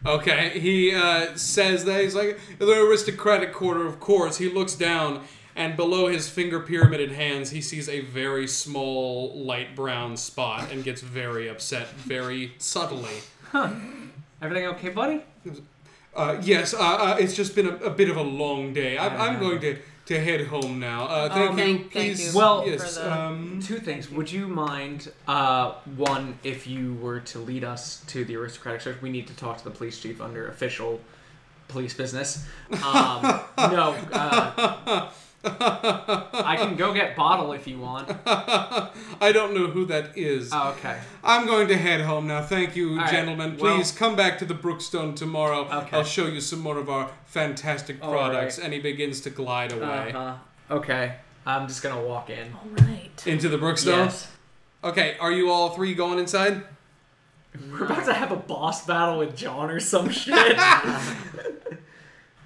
Speaker 4: Okay, he uh, says that he's like the aristocratic quarter. Of course, he looks down, and below his finger pyramided hands, he sees a very small light brown spot, and gets very upset, very subtly.
Speaker 3: Everything okay, buddy?
Speaker 4: Uh, yes, uh, uh, it's just been a, a bit of a long day. I, I'm going to, to head home now. Uh, thank
Speaker 6: Um,
Speaker 4: you.
Speaker 6: Uh-huh. thank- thank
Speaker 4: Please,
Speaker 6: you
Speaker 3: Well, for
Speaker 4: yes.
Speaker 6: the-
Speaker 4: um,
Speaker 3: Two things. Would you mind, uh, one, if you were to lead us to the aristocratic search? We need to talk to the police chief under official police business. Um, no, uh, I can go get bottle if you want.
Speaker 4: I don't know who that is.
Speaker 3: Oh, okay.
Speaker 4: I'm going to head home now. Thank you,
Speaker 3: right,
Speaker 4: gentlemen.
Speaker 3: well-
Speaker 4: Please come back to the Brookstone tomorrow.
Speaker 3: Okay.
Speaker 4: I'll show you some more of our fantastic
Speaker 3: All
Speaker 4: products.
Speaker 3: right.
Speaker 4: And he begins to glide away
Speaker 3: Uh-huh. Okay. I'm just gonna walk in.
Speaker 6: All right.
Speaker 4: into the Brookstone. Okay, are you all three going inside?
Speaker 3: We're about to have a boss battle with John or some shit.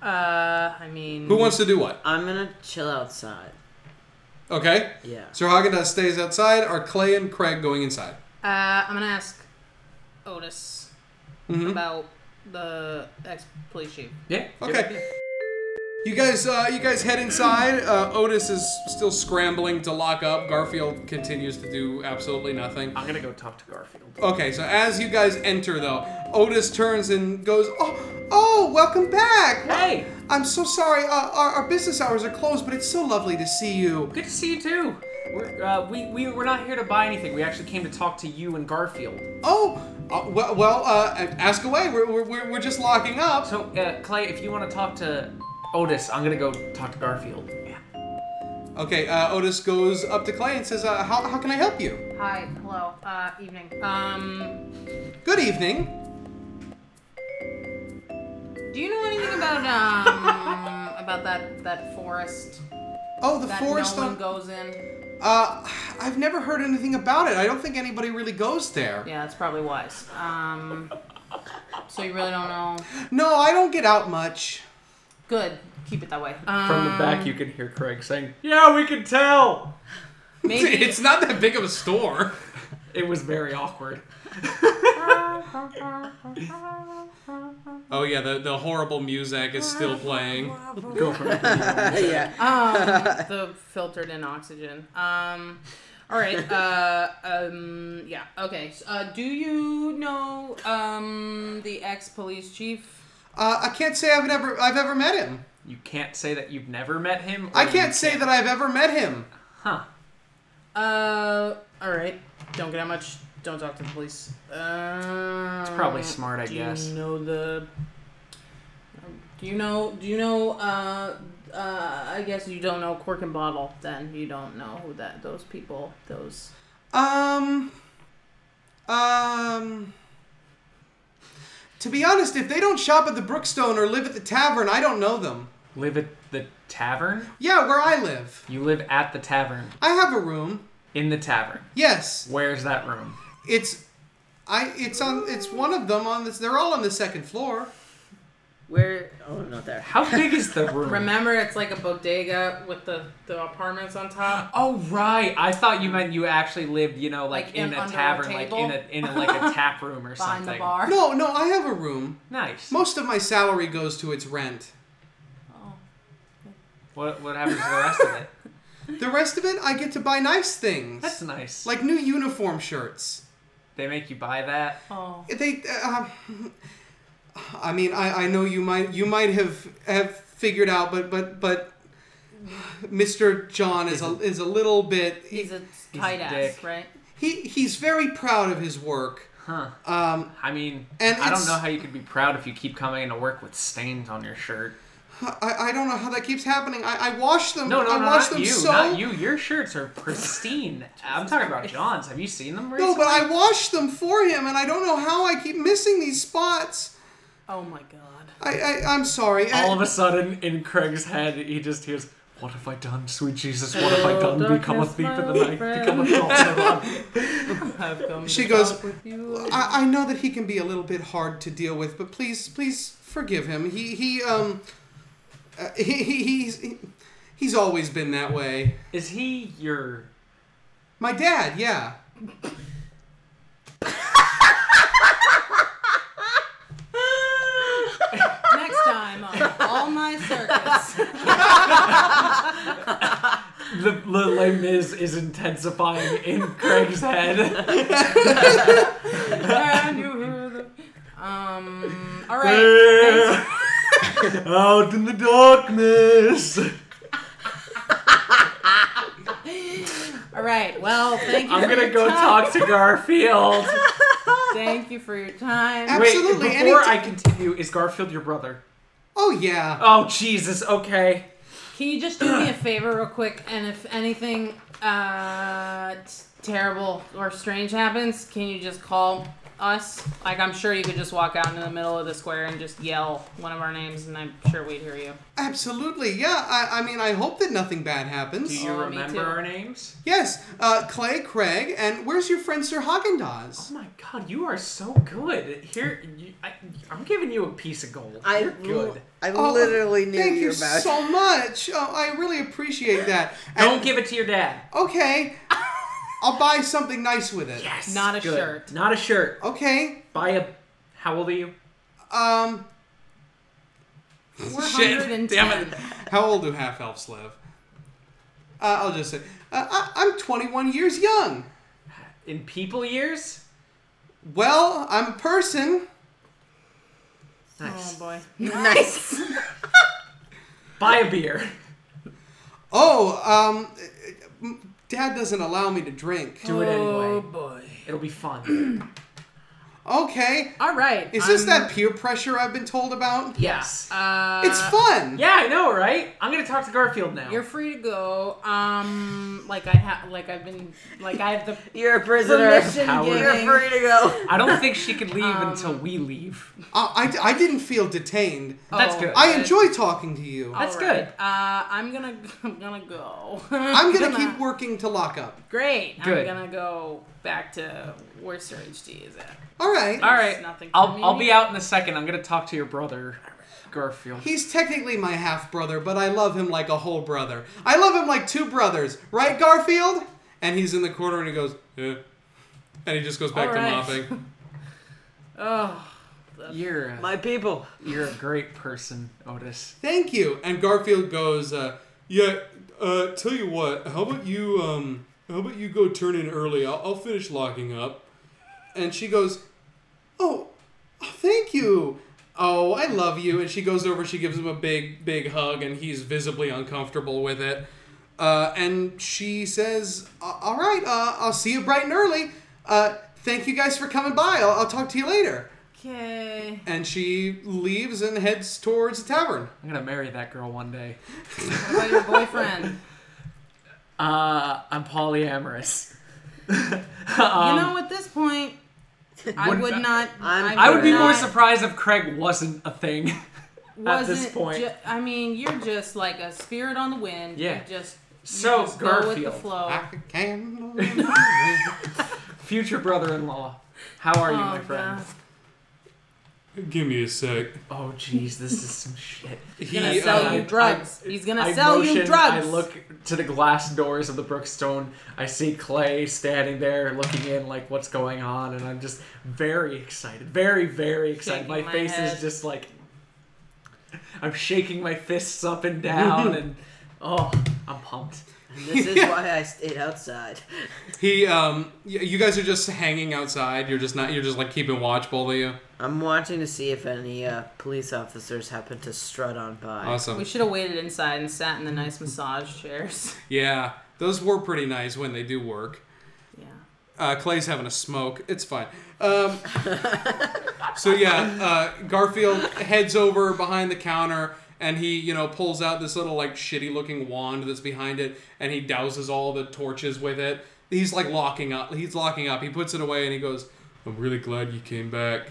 Speaker 6: Uh, I mean,
Speaker 4: Who wants to do what?
Speaker 5: I'm gonna chill outside.
Speaker 4: Okay.
Speaker 5: Yeah.
Speaker 4: Sir Haagen-Dazs stays outside. Are Clay and Craig going inside?
Speaker 6: Uh, I'm gonna ask Otis
Speaker 4: Mm-hmm.
Speaker 6: about the ex police chief.
Speaker 3: yeah.
Speaker 4: Okay. You guys, uh, you guys head inside. Uh, Otis is still scrambling to lock up. Garfield continues to do absolutely nothing.
Speaker 3: I'm gonna go talk to Garfield.
Speaker 4: Okay, so as you guys enter, though, Otis turns and goes, "Oh, oh, welcome back!
Speaker 3: Hey,
Speaker 4: I'm so sorry. Uh, our, our business hours are closed, but it's so lovely to see you.
Speaker 3: good to see you too. We're, uh, we, we, we're not here to buy anything. We actually came to talk to you and Garfield.
Speaker 4: Oh, uh, well, well uh, ask away. We're, we're- we're, we're just locking up.
Speaker 3: So, uh, Clay, if you want to talk to Otis, I'm going to go talk to Garfield.
Speaker 4: Okay, uh, Otis goes up to Clay and says, uh, how, how can I help you?
Speaker 6: Hi, hello, uh, evening. Um,
Speaker 4: Good evening.
Speaker 6: do you know anything about um about that that forest
Speaker 4: Oh, the
Speaker 6: that
Speaker 4: forest.
Speaker 6: no one
Speaker 4: on-
Speaker 6: goes in?
Speaker 4: uh, I've never heard anything about it. I don't think anybody really goes there.
Speaker 6: Yeah, that's probably wise. Um, so you really don't know.
Speaker 4: No, I don't get out much.
Speaker 6: Good, keep it that way. Um,
Speaker 3: From the back, you can hear Craig saying, Yeah, we can tell!
Speaker 6: maybe
Speaker 4: It's not that big of a store.
Speaker 3: It was very awkward.
Speaker 4: Oh yeah, the, the horrible music is still playing.
Speaker 3: Go for it.
Speaker 5: yeah.
Speaker 6: the filtered in oxygen. Um, all right. Uh, um, yeah. Okay. s- Uh, do you know um the ex police chief?
Speaker 4: Uh, I can't say I've never I've ever met him.
Speaker 3: You can't say that you've never met him. or
Speaker 4: I
Speaker 3: you
Speaker 4: can't say that I've ever met him.
Speaker 3: Huh.
Speaker 6: Uh, all right. Don't get out much. Don't talk to the police. Uh, it's
Speaker 3: probably smart, I
Speaker 6: do
Speaker 3: guess.
Speaker 6: You know the. um, Do you know? Do you know? Uh, uh, I guess you don't know Cork and Bottle. Then you don't know who that those people those.
Speaker 4: Um. Um. To be honest, if they don't shop at the Brookstone or live at the tavern, I don't know them.
Speaker 3: Live at the tavern?
Speaker 4: Yeah, where I live.
Speaker 3: You live at the tavern.
Speaker 4: I have a room.
Speaker 3: In the tavern.
Speaker 4: Yes,
Speaker 3: Where's that room?
Speaker 4: it's I it's on it's one of them on this. They're all on the second floor.
Speaker 5: Where? Oh, not there.
Speaker 3: How big is the room?
Speaker 6: Remember, it's like a bodega with the the apartments on top.
Speaker 3: Oh right, I thought you meant you actually lived, you know, like,
Speaker 6: Like, in-
Speaker 3: in, a
Speaker 6: under a
Speaker 3: tavern, like in a
Speaker 6: table?
Speaker 3: in a, like a tap room or
Speaker 6: Behind
Speaker 3: something.
Speaker 6: the bar.
Speaker 4: No, no, I have a room.
Speaker 3: Nice.
Speaker 4: Most of my salary goes to its rent.
Speaker 3: What what happens to the rest of it?
Speaker 4: The rest of it, I get to buy nice things.
Speaker 3: That's nice.
Speaker 4: like new uniform shirts.
Speaker 3: they make you buy that.
Speaker 6: Oh.
Speaker 4: They, uh, um, I mean, I, I know you might you might have have figured out, but but but Mr. John is a is a little bit
Speaker 6: He's
Speaker 4: he,
Speaker 6: a tight ass,
Speaker 3: dick.
Speaker 6: right?
Speaker 4: he he's very proud of his work.
Speaker 3: Huh.
Speaker 4: Um,
Speaker 3: I mean,
Speaker 4: And
Speaker 3: I don't
Speaker 4: it's-
Speaker 3: know how you could be proud if you keep coming into work with stains on your shirt.
Speaker 4: I, I don't know how that keeps happening. I, I wash them.
Speaker 3: No, no,
Speaker 4: I
Speaker 3: no,
Speaker 4: wash
Speaker 3: not
Speaker 4: them
Speaker 3: you,
Speaker 4: so.
Speaker 3: not you. Your shirts are pristine. I'm talking about John's. Have you seen them recently?
Speaker 4: No, but I wash them for him, and I don't know how I keep missing these spots.
Speaker 6: Oh my god.
Speaker 4: I, I I'm sorry.
Speaker 3: All
Speaker 4: I-
Speaker 3: of a sudden, in Craig's head, he just hears, "What have I done, sweet Jesus? What have I done? Become a
Speaker 6: darkness,
Speaker 3: thief in the
Speaker 6: my
Speaker 3: night. Become a
Speaker 6: friend."
Speaker 3: false
Speaker 6: I've come
Speaker 4: She
Speaker 6: to
Speaker 4: goes,
Speaker 6: talk with you.
Speaker 4: I, I know that he can be a little bit hard to deal with, but please, please forgive him. He he um uh, he, he he's he- he's always been that way.
Speaker 3: Is he your
Speaker 4: My dad, yeah.
Speaker 6: Next time on All My Circus.
Speaker 3: the the Les Mis is intensifying in Craig's head?
Speaker 6: and you hear the. Um. All right. thanks.
Speaker 3: Out in the darkness.
Speaker 6: All right. Well, thank you.
Speaker 3: I'm
Speaker 6: for
Speaker 3: gonna
Speaker 6: your
Speaker 3: go
Speaker 6: time.
Speaker 3: talk to Garfield.
Speaker 6: Thank you for your time.
Speaker 4: Absolutely.
Speaker 3: Wait,
Speaker 4: and he
Speaker 3: before
Speaker 4: t-
Speaker 3: I continue, is Garfield your brother?
Speaker 4: oh yeah.
Speaker 3: Oh Jesus. Okay.
Speaker 6: Can you just do me a favor, real quick? And if anything uh, t- terrible or strange happens, can you just call us? Like, I'm sure you could just walk out into the middle of the square and just yell one of our names, and I'm sure we'd hear you.
Speaker 4: Absolutely. Yeah. I, I mean, I hope that nothing bad happens.
Speaker 3: Do you
Speaker 6: Oh, me
Speaker 3: remember
Speaker 6: too.
Speaker 3: our names?
Speaker 4: Yes. Uh, Clay, Craig, and where's your friend Sir Haagen-Dazs?
Speaker 3: Oh my God, you are so good. Here, you, I, I'm giving you a piece of gold.
Speaker 5: I
Speaker 3: You're good.
Speaker 5: I
Speaker 4: Oh,
Speaker 5: literally knew
Speaker 4: Thank you
Speaker 5: about.
Speaker 4: so much. Oh, I really appreciate that.
Speaker 3: Don't
Speaker 4: And-
Speaker 3: give it to your dad.
Speaker 4: Okay. I'll buy something nice with it.
Speaker 3: Yes.
Speaker 6: Not a
Speaker 3: Good.
Speaker 6: shirt.
Speaker 3: Not a shirt.
Speaker 4: Okay.
Speaker 3: Buy a. How old are you?
Speaker 4: Um.
Speaker 6: We're
Speaker 4: Shit,
Speaker 6: 110.
Speaker 4: damn How old do half elves live? Uh, I'll just say uh, I, I'm 21 years young.
Speaker 3: In people years?
Speaker 4: Well, I'm a person.
Speaker 6: Oh
Speaker 3: Nice.
Speaker 6: boy.
Speaker 5: nice.
Speaker 3: Buy a beer.
Speaker 4: Oh, um, Dad doesn't allow me to drink.
Speaker 3: Do it
Speaker 6: Oh
Speaker 3: anyway.
Speaker 6: boy.
Speaker 3: It'll be fun.
Speaker 4: Okay.
Speaker 6: All right.
Speaker 4: Is this
Speaker 6: I'm-
Speaker 4: that peer pressure I've been told about?
Speaker 3: yes.
Speaker 6: Uh,
Speaker 4: It's fun.
Speaker 3: yeah, I know, right? I'm gonna talk to Garfield now.
Speaker 6: You're free to go. Um, like I have, like I've been, like I have the
Speaker 5: You're a prisoner.
Speaker 6: permission
Speaker 3: Howard.
Speaker 6: giving.
Speaker 5: You're free to go.
Speaker 3: I don't think she could leave
Speaker 6: Um,
Speaker 3: until we leave.
Speaker 4: I, I, I didn't feel detained.
Speaker 3: That's good.
Speaker 4: I enjoy talking to you.
Speaker 3: That's
Speaker 6: oh, Alright,
Speaker 3: good.
Speaker 6: Uh, I'm gonna, I'm gonna go.
Speaker 4: I'm gonna keep working to lock up.
Speaker 6: Great.
Speaker 3: Good.
Speaker 6: I'm gonna go back to where Sir HD is at.
Speaker 4: All right.
Speaker 3: All right,
Speaker 6: nothing for
Speaker 3: I'll
Speaker 6: me.
Speaker 3: I'll be out in a second. I'm gonna talk to your brother, Garfield.
Speaker 4: He's technically my half brother, but I love him like a whole brother. I love him like two brothers, right, Garfield? And he's in the corner and he goes, yeah. And he just goes back
Speaker 6: All
Speaker 4: to
Speaker 6: right.
Speaker 4: mopping.
Speaker 6: Oh,
Speaker 3: You're a,
Speaker 5: My people.
Speaker 3: you're a great person, Otis.
Speaker 4: Thank you. And Garfield goes, uh, yeah. Uh, tell you what. How about you? Um, how about you go turn in early? I'll, I'll finish locking up. And she goes, oh, oh, thank you. Oh, I love you. And she goes over. She gives him a big, big hug, and he's visibly uncomfortable with it. Uh, and she says, all right. Uh, I'll see you bright and early. Uh, thank you guys for coming by. I'll, I'll talk to you later.
Speaker 6: okay.
Speaker 4: And she leaves and heads towards the tavern.
Speaker 3: I'm gonna marry that girl one day.
Speaker 6: What about your boyfriend?
Speaker 3: Uh, I'm polyamorous. Um,
Speaker 6: you know, at this point, I
Speaker 3: Would-
Speaker 6: would not.
Speaker 5: I'm-
Speaker 3: I would be
Speaker 6: not-
Speaker 3: more surprised if Craig wasn't a thing. at this
Speaker 6: wasn't
Speaker 3: point.
Speaker 6: ju- I mean, you're just like a spirit on the wind.
Speaker 3: Yeah.
Speaker 6: You just you
Speaker 3: So,
Speaker 6: just go with the
Speaker 3: Garfield.
Speaker 6: flow.
Speaker 4: Like a candle.
Speaker 3: Future brother-in-law. How are you, my
Speaker 6: Oh,
Speaker 3: friend?
Speaker 6: God.
Speaker 4: Give me a sec.
Speaker 3: Oh, jeez, this is some shit.
Speaker 6: He's gonna
Speaker 4: He,
Speaker 6: sell
Speaker 4: uh,
Speaker 6: you
Speaker 3: I-
Speaker 6: drugs. He's gonna
Speaker 3: um, I
Speaker 6: sell you
Speaker 3: motion, I
Speaker 6: drugs.
Speaker 3: look to the glass doors of the Brookstone. I see Clay standing there looking in, like, what's going on? And I'm just very excited. Very, very excited.
Speaker 6: Shaking
Speaker 3: My,
Speaker 6: my
Speaker 3: face
Speaker 6: head.
Speaker 3: is just like. I'm shaking my fists up and down, and oh, I'm pumped.
Speaker 5: And this is why I stayed outside.
Speaker 4: he um y- you guys are just hanging outside. You're just not you're just like keeping watch both of you.
Speaker 5: I'm watching to see if any uh, police officers happen to strut on by.
Speaker 6: we
Speaker 4: Awesome.
Speaker 6: should have waited inside and sat in the nice massage chairs.
Speaker 4: Yeah. Those were pretty nice when they do work.
Speaker 6: Yeah.
Speaker 4: Uh, Clay's having a smoke. It's fine. Um, so yeah, uh, Garfield heads over behind the counter and he, you know, pulls out this little like shitty looking wand that's behind it and he douses all the torches with it. He's like locking up. He's locking up. He puts it away and he goes, "I'm really glad you came back.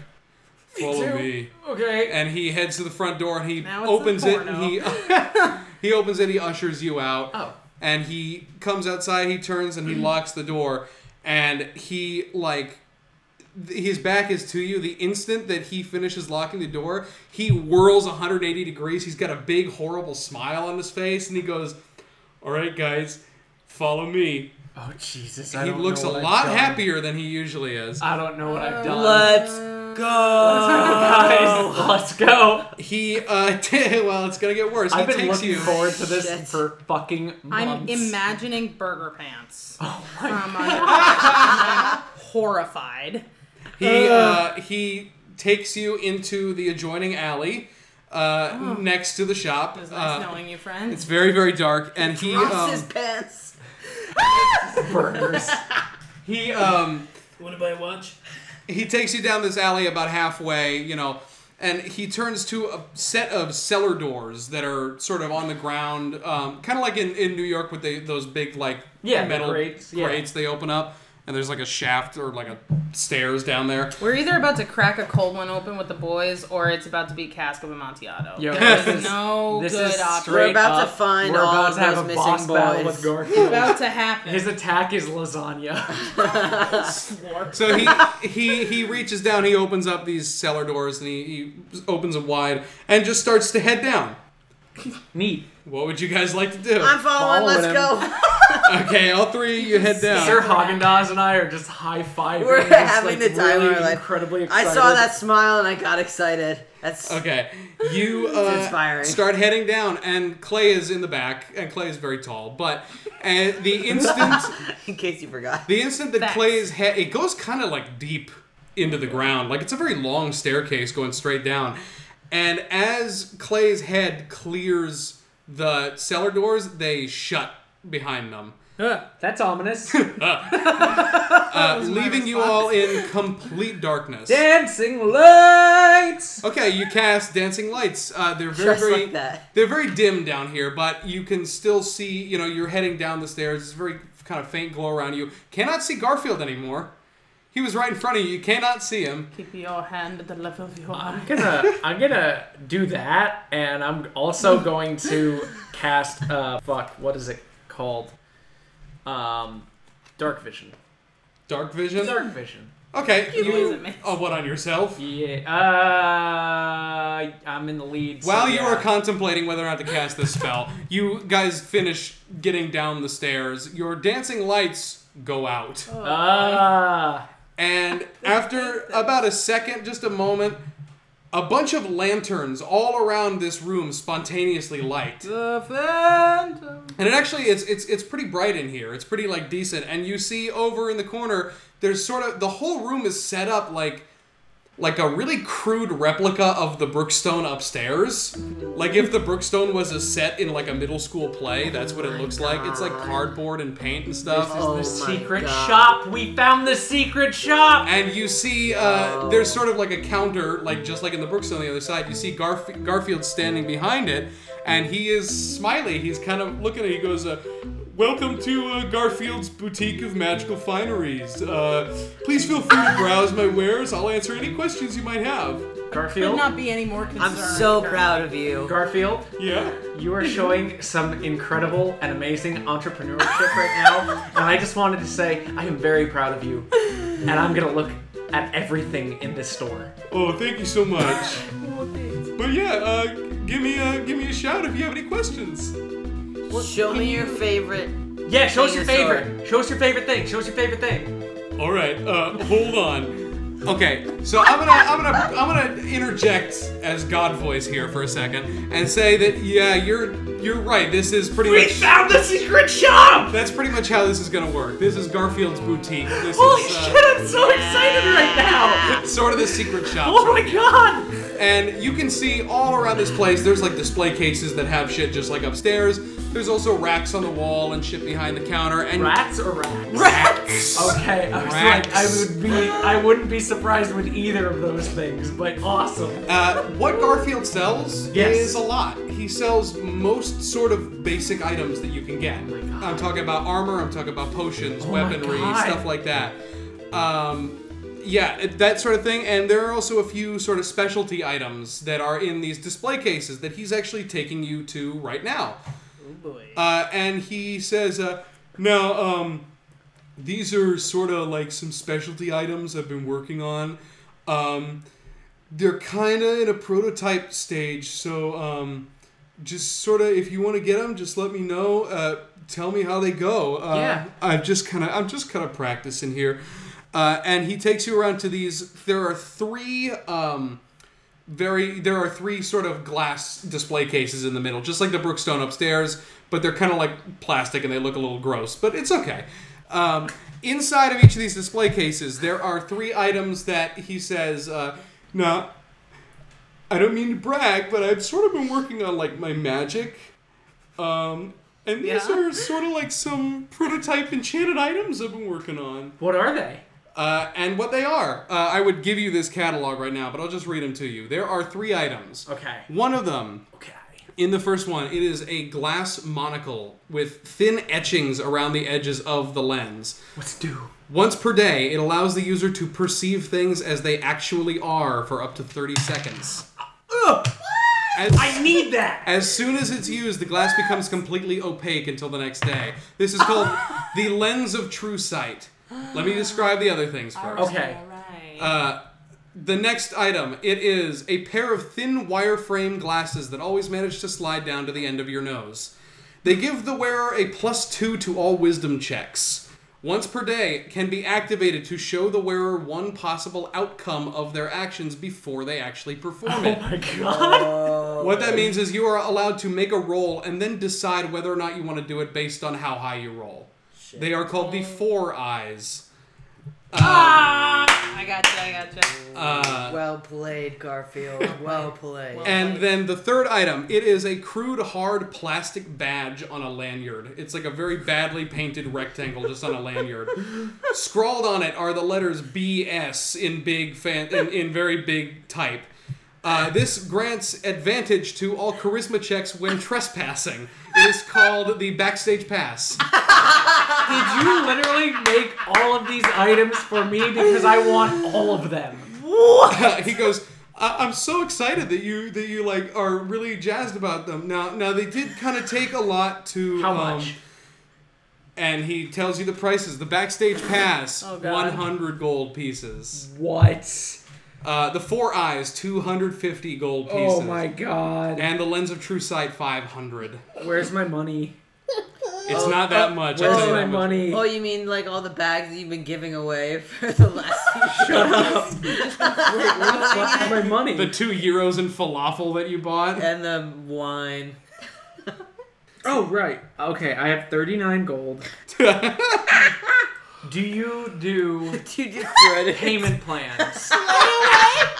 Speaker 4: Follow
Speaker 3: too.
Speaker 4: me."
Speaker 3: Okay.
Speaker 4: And he heads to the front door and he
Speaker 6: Now it's a
Speaker 4: opens it and
Speaker 6: porno.
Speaker 4: he he opens it. He ushers you out
Speaker 3: Oh.
Speaker 4: and he comes outside he turns
Speaker 6: Mm.
Speaker 4: and he locks the door and he like th- his back is to you the instant that he finishes locking the door he whirls 180 degrees he's got a big horrible smile on his face and he goes all right guys follow me
Speaker 3: Oh, Jesus. I
Speaker 4: he
Speaker 3: don't
Speaker 4: looks a
Speaker 3: know what I've
Speaker 4: lot
Speaker 3: done.
Speaker 4: happier than he usually is
Speaker 3: I don't know what
Speaker 6: Uh,
Speaker 3: I've done.
Speaker 5: Let's
Speaker 3: Um,
Speaker 5: go.
Speaker 3: Guys, let's go.
Speaker 4: he uh t- well it's gonna get worse he
Speaker 3: I've been
Speaker 4: takes
Speaker 3: looking
Speaker 4: you
Speaker 3: forward to this
Speaker 5: Shit.
Speaker 3: for fucking
Speaker 6: I'm
Speaker 3: months.
Speaker 6: imagining burger pants.
Speaker 3: Oh my
Speaker 6: from under- I'm horrified.
Speaker 4: He uh, he takes you into the adjoining alley uh,
Speaker 3: Oh.
Speaker 4: next to the shop.
Speaker 6: It was
Speaker 4: Uh,
Speaker 6: nice knowing you, friend.
Speaker 4: it's very very dark, and he
Speaker 5: Drops
Speaker 4: um,
Speaker 5: his pants.
Speaker 3: burgers.
Speaker 4: he um,
Speaker 6: Want to buy a watch?
Speaker 4: he takes you down this alley about halfway, you know, and he turns to a set of cellar doors that are sort of on the ground, um, kind of like in, in New York with the, those big like
Speaker 3: Yeah, the
Speaker 4: metal
Speaker 3: grates, yeah.
Speaker 4: grates they open up, and there's like a shaft or like a stairs down there.
Speaker 6: We're either about to crack a cold one open with the boys, or it's about to be cask of Amontillado.
Speaker 3: Yo,
Speaker 6: there
Speaker 3: this
Speaker 6: is
Speaker 3: is-
Speaker 6: no
Speaker 3: this
Speaker 6: good
Speaker 3: is
Speaker 6: option.
Speaker 5: We're
Speaker 3: straight
Speaker 5: about
Speaker 3: up.
Speaker 5: to find
Speaker 3: We're
Speaker 5: all
Speaker 3: about
Speaker 5: of
Speaker 3: to have
Speaker 5: those
Speaker 3: a
Speaker 5: missing
Speaker 3: boss battle
Speaker 5: boys.
Speaker 3: with
Speaker 6: It's
Speaker 3: Garfield.
Speaker 6: about to happen.
Speaker 3: His attack is lasagna.
Speaker 4: So he he he reaches down, he opens up these cellar doors, and he, he opens them wide, and just starts to head down.
Speaker 3: Neat.
Speaker 4: What would you guys like to do?
Speaker 5: I'm following.
Speaker 3: Following
Speaker 5: Let's
Speaker 3: him.
Speaker 5: go.
Speaker 4: Okay, all three of you head down.
Speaker 3: Sir Haagen Dazs and I are just high fiving.
Speaker 5: We're having the time
Speaker 3: really
Speaker 5: of our life.
Speaker 3: Incredibly
Speaker 5: I
Speaker 3: excited.
Speaker 5: saw that smile and I got excited. That's
Speaker 4: Okay, you uh,
Speaker 5: inspiring.
Speaker 4: start heading down, and Clay is in the back, and Clay is very tall. But and the instant
Speaker 5: in case you forgot.
Speaker 4: the instant that
Speaker 6: Facts.
Speaker 4: Clay's head, it goes kind of like deep into the ground, like it's a very long staircase going straight down. And as Clay's head clears the cellar doors, they shut behind them,
Speaker 6: Ugh.
Speaker 3: That's ominous.
Speaker 4: Uh, leaving you all in complete darkness.
Speaker 3: Dancing lights.
Speaker 4: Okay, you cast dancing lights. Uh, they're very,
Speaker 5: Just
Speaker 4: very
Speaker 5: like that.
Speaker 4: they're very dim down here, but you can still see. You know, you're heading down the stairs. It's very kind of faint glow around you. Cannot see Garfield anymore. He was right in front of you. You cannot see him.
Speaker 6: Keep your hand at the level of your eye.
Speaker 3: I'm gonna I'm gonna do that, and I'm also going to cast uh fuck what is it called? Um, dark vision.
Speaker 4: Dark vision.
Speaker 3: Dark vision.
Speaker 4: Okay,
Speaker 6: You
Speaker 4: you.
Speaker 6: lose it, man.
Speaker 4: oh, what on yourself?
Speaker 3: Yeah. Uh, I'm in the lead. so
Speaker 4: While you
Speaker 3: yeah.
Speaker 4: are contemplating whether or not to cast this spell, you guys finish getting down the stairs. Your dancing lights go out.
Speaker 3: Ah.
Speaker 4: And after about a second, just a moment, a bunch of lanterns all around this room spontaneously light.
Speaker 6: The phantom.
Speaker 4: And it actually it's it's it's pretty bright in here. It's pretty like decent. And you see over in the corner, there's sort of the whole room is set up like like a really crude replica of the Brookstone upstairs. Like if the Brookstone was a set in like a middle school play, that's what it looks like. It's like cardboard and paint and stuff.
Speaker 5: Oh
Speaker 3: the
Speaker 5: my
Speaker 3: secret
Speaker 5: God.
Speaker 3: shop. We found the secret shop.
Speaker 4: And you see, uh, there's sort of like a counter, like just like in the books on the other side. You see Garf- Garfield standing behind it, and he is smiley. He's kind of looking at. it. He goes, uh, "Welcome to uh, Garfield's boutique of magical fineries. Uh, please feel free to browse my wares. I'll answer any questions you might have."
Speaker 6: Could
Speaker 3: Garfield.
Speaker 6: not be any more concerned.
Speaker 5: I'm so proud of you.
Speaker 3: Garfield.
Speaker 4: Yeah.
Speaker 3: You are showing some incredible and amazing entrepreneurship right now, and I just wanted to say I am very proud of you, and I'm gonna look at everything in this store.
Speaker 4: Oh, thank you so much. but yeah, uh, give me a give me a shout if you have any questions.
Speaker 5: Show me your favorite.
Speaker 3: Yeah, show us your
Speaker 5: Thing in the
Speaker 3: favorite. Show us your favorite thing. Show us your favorite thing.
Speaker 4: All right, uh, hold on. Okay, so I'm gonna I'm gonna I'm gonna interject as God voice here for a second and say that yeah, you're you're right. This is pretty much
Speaker 3: found the secret shop!
Speaker 4: that's pretty much how this is gonna work. This is Garfield's boutique. This
Speaker 3: Holy
Speaker 4: is uh,
Speaker 3: shit, I'm so excited right now!
Speaker 4: sort of the secret shop.
Speaker 3: Oh my god!
Speaker 4: And you can see all around this place, there's like display cases that have shit just like upstairs. There's also racks on the wall and shit behind the counter and
Speaker 3: Rats or rats?
Speaker 4: racks.
Speaker 3: Okay, I was like, I
Speaker 4: Rats.
Speaker 3: would be, I wouldn't be surprised with either of those things, but awesome.
Speaker 4: Uh, what Garfield sells
Speaker 3: Yes.
Speaker 4: is a lot. He sells most sort of basic items that you can get.
Speaker 3: Oh God. Oh
Speaker 4: I'm talking about armor, I'm talking about potions,
Speaker 3: my
Speaker 4: weaponry,
Speaker 3: God.
Speaker 4: stuff like that. Um, yeah, it- that sort of thing. And there are also a few sort of specialty items that are in these display cases that he's actually taking you to right now.
Speaker 3: Oh
Speaker 4: Uh, and he says, uh, now, um, these are sort of like some specialty items I've been working on. Um, they're kind of in a prototype stage, so um, just sort of if you want to get them, just let me know. Uh, tell me how they go. Uh,
Speaker 3: Yeah.
Speaker 4: I'm just kind of I'm just kind of practicing here. Uh, and he takes you around to these. There are three. Um, very there are three sort of glass display cases in the middle just like the brookstone upstairs but they're kind of like plastic and they look a little gross but it's okay um, inside of each of these display cases there are three items that he says uh, now i don't mean to brag but i've sort of been working on like my magic um, and these
Speaker 6: Yeah.
Speaker 4: are sort of like some prototype enchanted items i've been working on
Speaker 3: What are they?
Speaker 4: uh, and what they are. Uh, I would give you this catalog right now, but I'll just read them to you. There are three items.
Speaker 3: Okay.
Speaker 4: One of them,
Speaker 3: Okay.
Speaker 4: in the first one, it is a glass monocle with thin etchings around the edges of the lens.
Speaker 3: Let's do.
Speaker 4: Once per day, it allows the user to perceive things as they actually are for up to 30 seconds. As-
Speaker 3: I need that.
Speaker 4: as soon as it's used, the glass becomes completely opaque until the next day. This is called the lens of true sight. Let me describe the other things first.
Speaker 3: Okay.
Speaker 6: Alright.
Speaker 3: Uh,
Speaker 4: The next item, it is a pair of thin wireframe glasses that always manage to slide down to the end of your nose. They give the wearer a plus two to all wisdom checks. Once per day, can be activated to show the wearer one possible outcome of their actions before they actually perform
Speaker 3: Oh
Speaker 4: it.
Speaker 3: my god.
Speaker 4: What that means is you are allowed to make a roll and then decide whether or not you want to do it based on how high you roll. They are called the four eyes.
Speaker 6: ah! I gotcha, I gotcha.
Speaker 4: Uh,
Speaker 5: Well played, Garfield. Well played.
Speaker 6: Well-
Speaker 4: And then the third item, it is a crude, hard plastic badge on a lanyard. It's like a very badly painted rectangle just on a lanyard. Scrawled on it are the letters BS in big fan in, in very big type. Uh, this grants advantage to all charisma checks when trespassing. It is called the backstage pass.
Speaker 3: Did you literally make all of these items for me because I want all of them?
Speaker 4: he goes, I- I'm so excited that you that you like are really jazzed about them. Now, now they did kind of take a lot to
Speaker 3: How
Speaker 4: um,
Speaker 3: much?
Speaker 4: and he tells you the prices. The backstage pass,
Speaker 6: Oh, God.
Speaker 4: 100 gold pieces.
Speaker 3: What?
Speaker 4: Uh, the four eyes, 250 gold pieces.
Speaker 3: Mm-hmm. Oh my god.
Speaker 4: And the lens of true sight, 500.
Speaker 3: Where's my money?
Speaker 4: It's not that much. I
Speaker 3: Oh, Where's
Speaker 4: tell you
Speaker 3: my
Speaker 4: that much.
Speaker 3: money?
Speaker 5: oh, you mean like all the bags that you've been giving away for the last few shows?
Speaker 3: Where's my money?
Speaker 4: The two euros in falafel that you bought.
Speaker 5: and the wine.
Speaker 3: Oh right. Okay, I have 39 gold. Do you do
Speaker 5: You just read it.
Speaker 3: payment plans?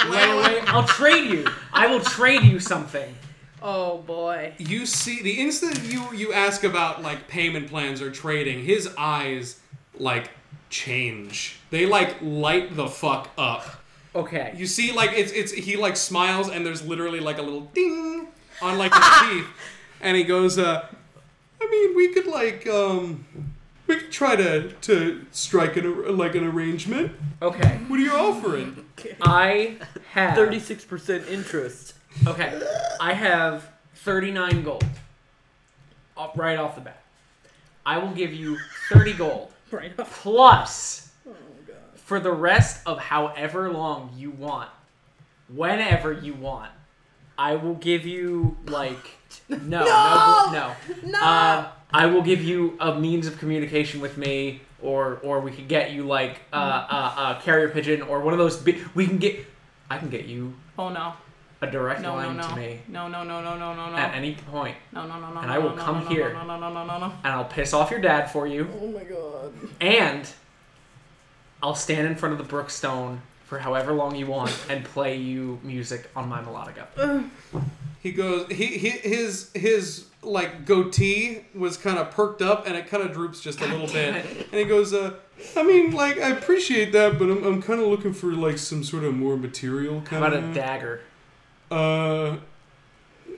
Speaker 3: Layaway? I'll trade you. I will trade you something.
Speaker 6: Oh boy.
Speaker 4: you see the instant you you ask about like payment plans or trading his eyes like change they like light the fuck up
Speaker 3: Okay.
Speaker 4: you see like it's it's he like smiles and there's literally like a little ding on like his teeth and he goes uh i mean we could like um we could try to to strike an ar- like an arrangement
Speaker 3: Okay.
Speaker 4: what are you offering
Speaker 3: I have
Speaker 5: 36% interest.
Speaker 3: Okay. I have 39 gold. Off, right off the bat. I will give you 30 gold.
Speaker 6: Right off.
Speaker 3: Plus, for the rest of however long you want, whenever you want, I will give you, like. No, no, no.
Speaker 6: No!
Speaker 3: Uh, I will give you a means of communication with me, or or we could get you like uh, uh, uh, carrier pigeon or one of those. Bi- we can get. I can get you
Speaker 6: oh no.
Speaker 3: a direct
Speaker 6: No, no,
Speaker 3: line
Speaker 6: no.
Speaker 3: to me
Speaker 6: No, no, no, no, no, no, no.
Speaker 3: at any point,
Speaker 6: No, no, no, no.
Speaker 3: and
Speaker 6: no,
Speaker 3: I will
Speaker 6: no,
Speaker 3: come
Speaker 6: no,
Speaker 3: here.
Speaker 6: No, no, no, no, no, no.
Speaker 3: and I'll piss off your dad for you,
Speaker 6: Oh my god.
Speaker 3: and I'll stand in front of the Brookstone for however long you want and play you music on my melodica.
Speaker 4: He goes. He, he his his like goatee was kind of perked up, and it kind of droops just a little bit. And he goes, uh, "I mean, like, I appreciate that, but I'm, I'm kind of looking for like some sort of more material
Speaker 3: How
Speaker 4: kind
Speaker 3: about a
Speaker 4: of.
Speaker 3: dagger,
Speaker 4: uh,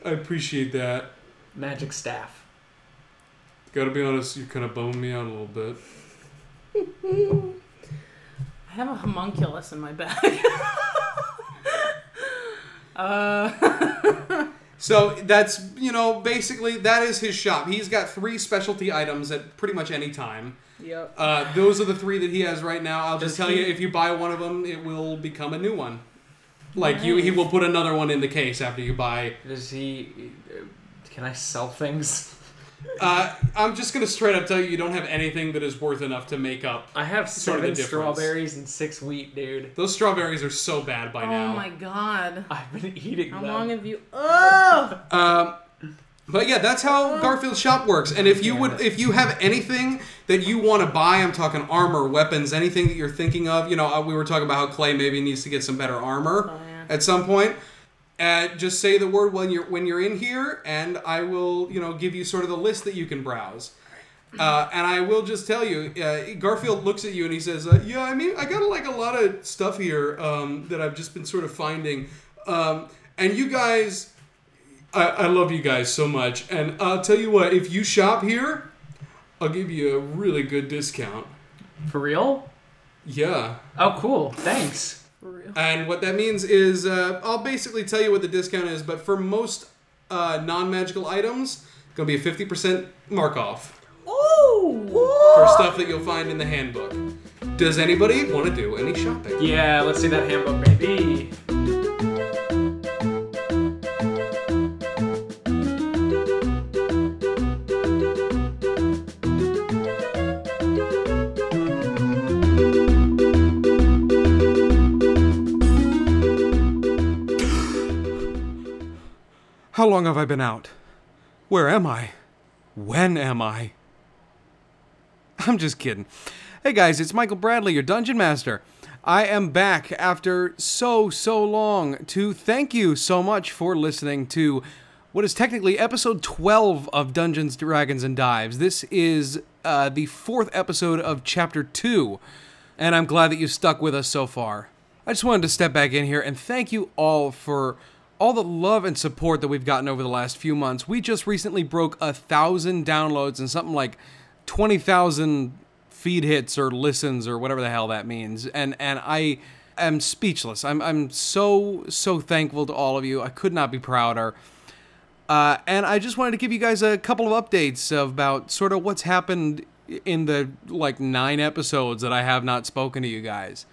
Speaker 4: I appreciate that.
Speaker 3: magic staff?
Speaker 4: Gotta be honest, you kind of boned me out a little bit.
Speaker 6: I have a homunculus in my bag. uh,
Speaker 4: So that's you know basically that is his shop. He's got three specialty items at pretty much any time.
Speaker 6: yep.
Speaker 4: Uh, those are the three that he has right now. I'll just
Speaker 3: Does
Speaker 4: tell
Speaker 3: he-
Speaker 4: you, if you buy one of them, it will become a new one. Like you, he will put another one in the case after you buy.
Speaker 3: Does he? uh, Can I sell things?
Speaker 4: Uh, I'm just gonna straight up tell you, you don't have anything that is worth enough to make up.
Speaker 3: I have
Speaker 4: Sort of the
Speaker 3: seven
Speaker 4: difference.
Speaker 3: strawberries and six wheat, dude.
Speaker 4: Those strawberries are so bad by
Speaker 6: Oh
Speaker 4: now.
Speaker 6: my god.
Speaker 3: I've been eating
Speaker 6: How
Speaker 3: them.
Speaker 6: long have you? Oh.
Speaker 4: But yeah, that's how Garfield's shop works. And if you would, if you have anything that you want to buy, I'm talking armor, weapons, anything that you're thinking of. You know, uh, we were talking about how Clay maybe needs to get some better armor at some point. Uh, just say the word when you're when you're in here, and I will, you know, give you sort of the list that you can browse. Uh, and I will just tell you, uh, Garfield looks at you and he says, uh, "Yeah, I mean, I got like a lot of stuff here um, that I've just been sort of finding, um, and you guys." I, I love you guys so much. And I'll tell you what, if you shop here, I'll give you a really good discount.
Speaker 3: For real?
Speaker 4: Yeah.
Speaker 3: Oh, cool. Thanks.
Speaker 6: For real.
Speaker 4: And what that means is uh, I'll basically tell you what the discount is, but for most uh, non magical items, it's going to be a 50% mark off for stuff that you'll find in the handbook. Does anybody want to do any shopping?
Speaker 3: Yeah, let's see that handbook, baby.
Speaker 4: How long have I been out? Where am I? When am I? I'm just kidding. Hey guys, it's Michael Bradley, your dungeon master. I am back after so, so long to thank you so much for listening to what is technically episode 12 of Dungeons, Dragons, and Dives. This is uh, the fourth episode of chapter 2, and I'm glad that you stuck with us so far. I just wanted to step back in here and thank you all for all the love and support that we've gotten over the last few months. We just recently broke a thousand downloads and something like 20,000 feed hits or listens or whatever the hell that means. And and I am speechless. I'm I'm so so thankful to all of you. I could not be prouder. Uh, and I just wanted to give you guys a couple of updates about sort of what's happened in the like nine episodes that I have not spoken to you guys.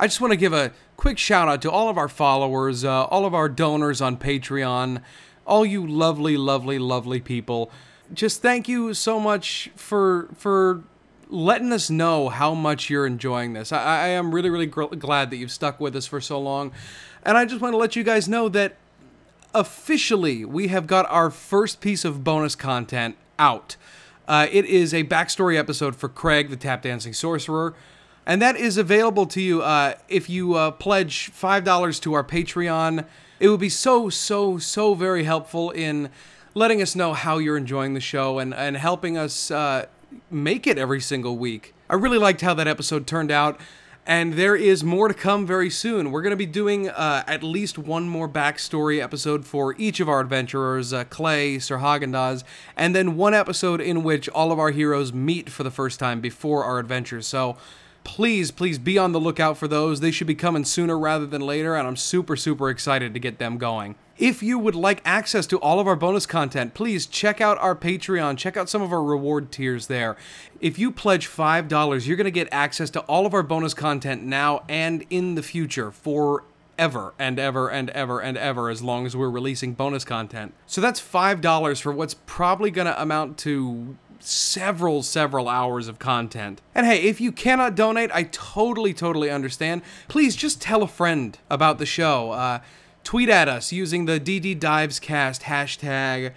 Speaker 4: I just want to give a quick shout out to all of our followers, uh, all of our donors on Patreon, all you lovely, lovely, lovely people. Just thank you so much for for letting us know how much you're enjoying this. I, I I am really, really gr- glad that you've stuck with us for so long. And I just want to let you guys know that officially we have got our first piece of bonus content out. Uh, it is a backstory episode for Craig, the tap dancing sorcerer, and that is available to you uh, if you uh, pledge five dollars to our Patreon. It would be so so so very helpful in letting us know how you're enjoying the show and and helping us uh, make it every single week. I really liked how that episode turned out. And there is more to come very soon. We're going to be doing uh, at least one more backstory episode for each of our adventurers uh, Clay, Sir Haagen-Dazs, and then one episode in which all of our heroes meet for the first time before our adventures. So please, please be on the lookout for those. They should be coming sooner rather than later, and I'm super, super excited to get them going. If you would like access to all of our bonus content, please check out our Patreon. Check out some of our reward tiers there. If you pledge $5, you're going to get access to all of our bonus content now and in the future for ever and ever and ever and ever as long as we're releasing bonus content. So that's $5 for what's probably going to amount to several several hours of content. And hey, if you cannot donate, I totally totally understand. Please just tell a friend about the show. Uh tweet at us using the DD Dives Cast hashtag.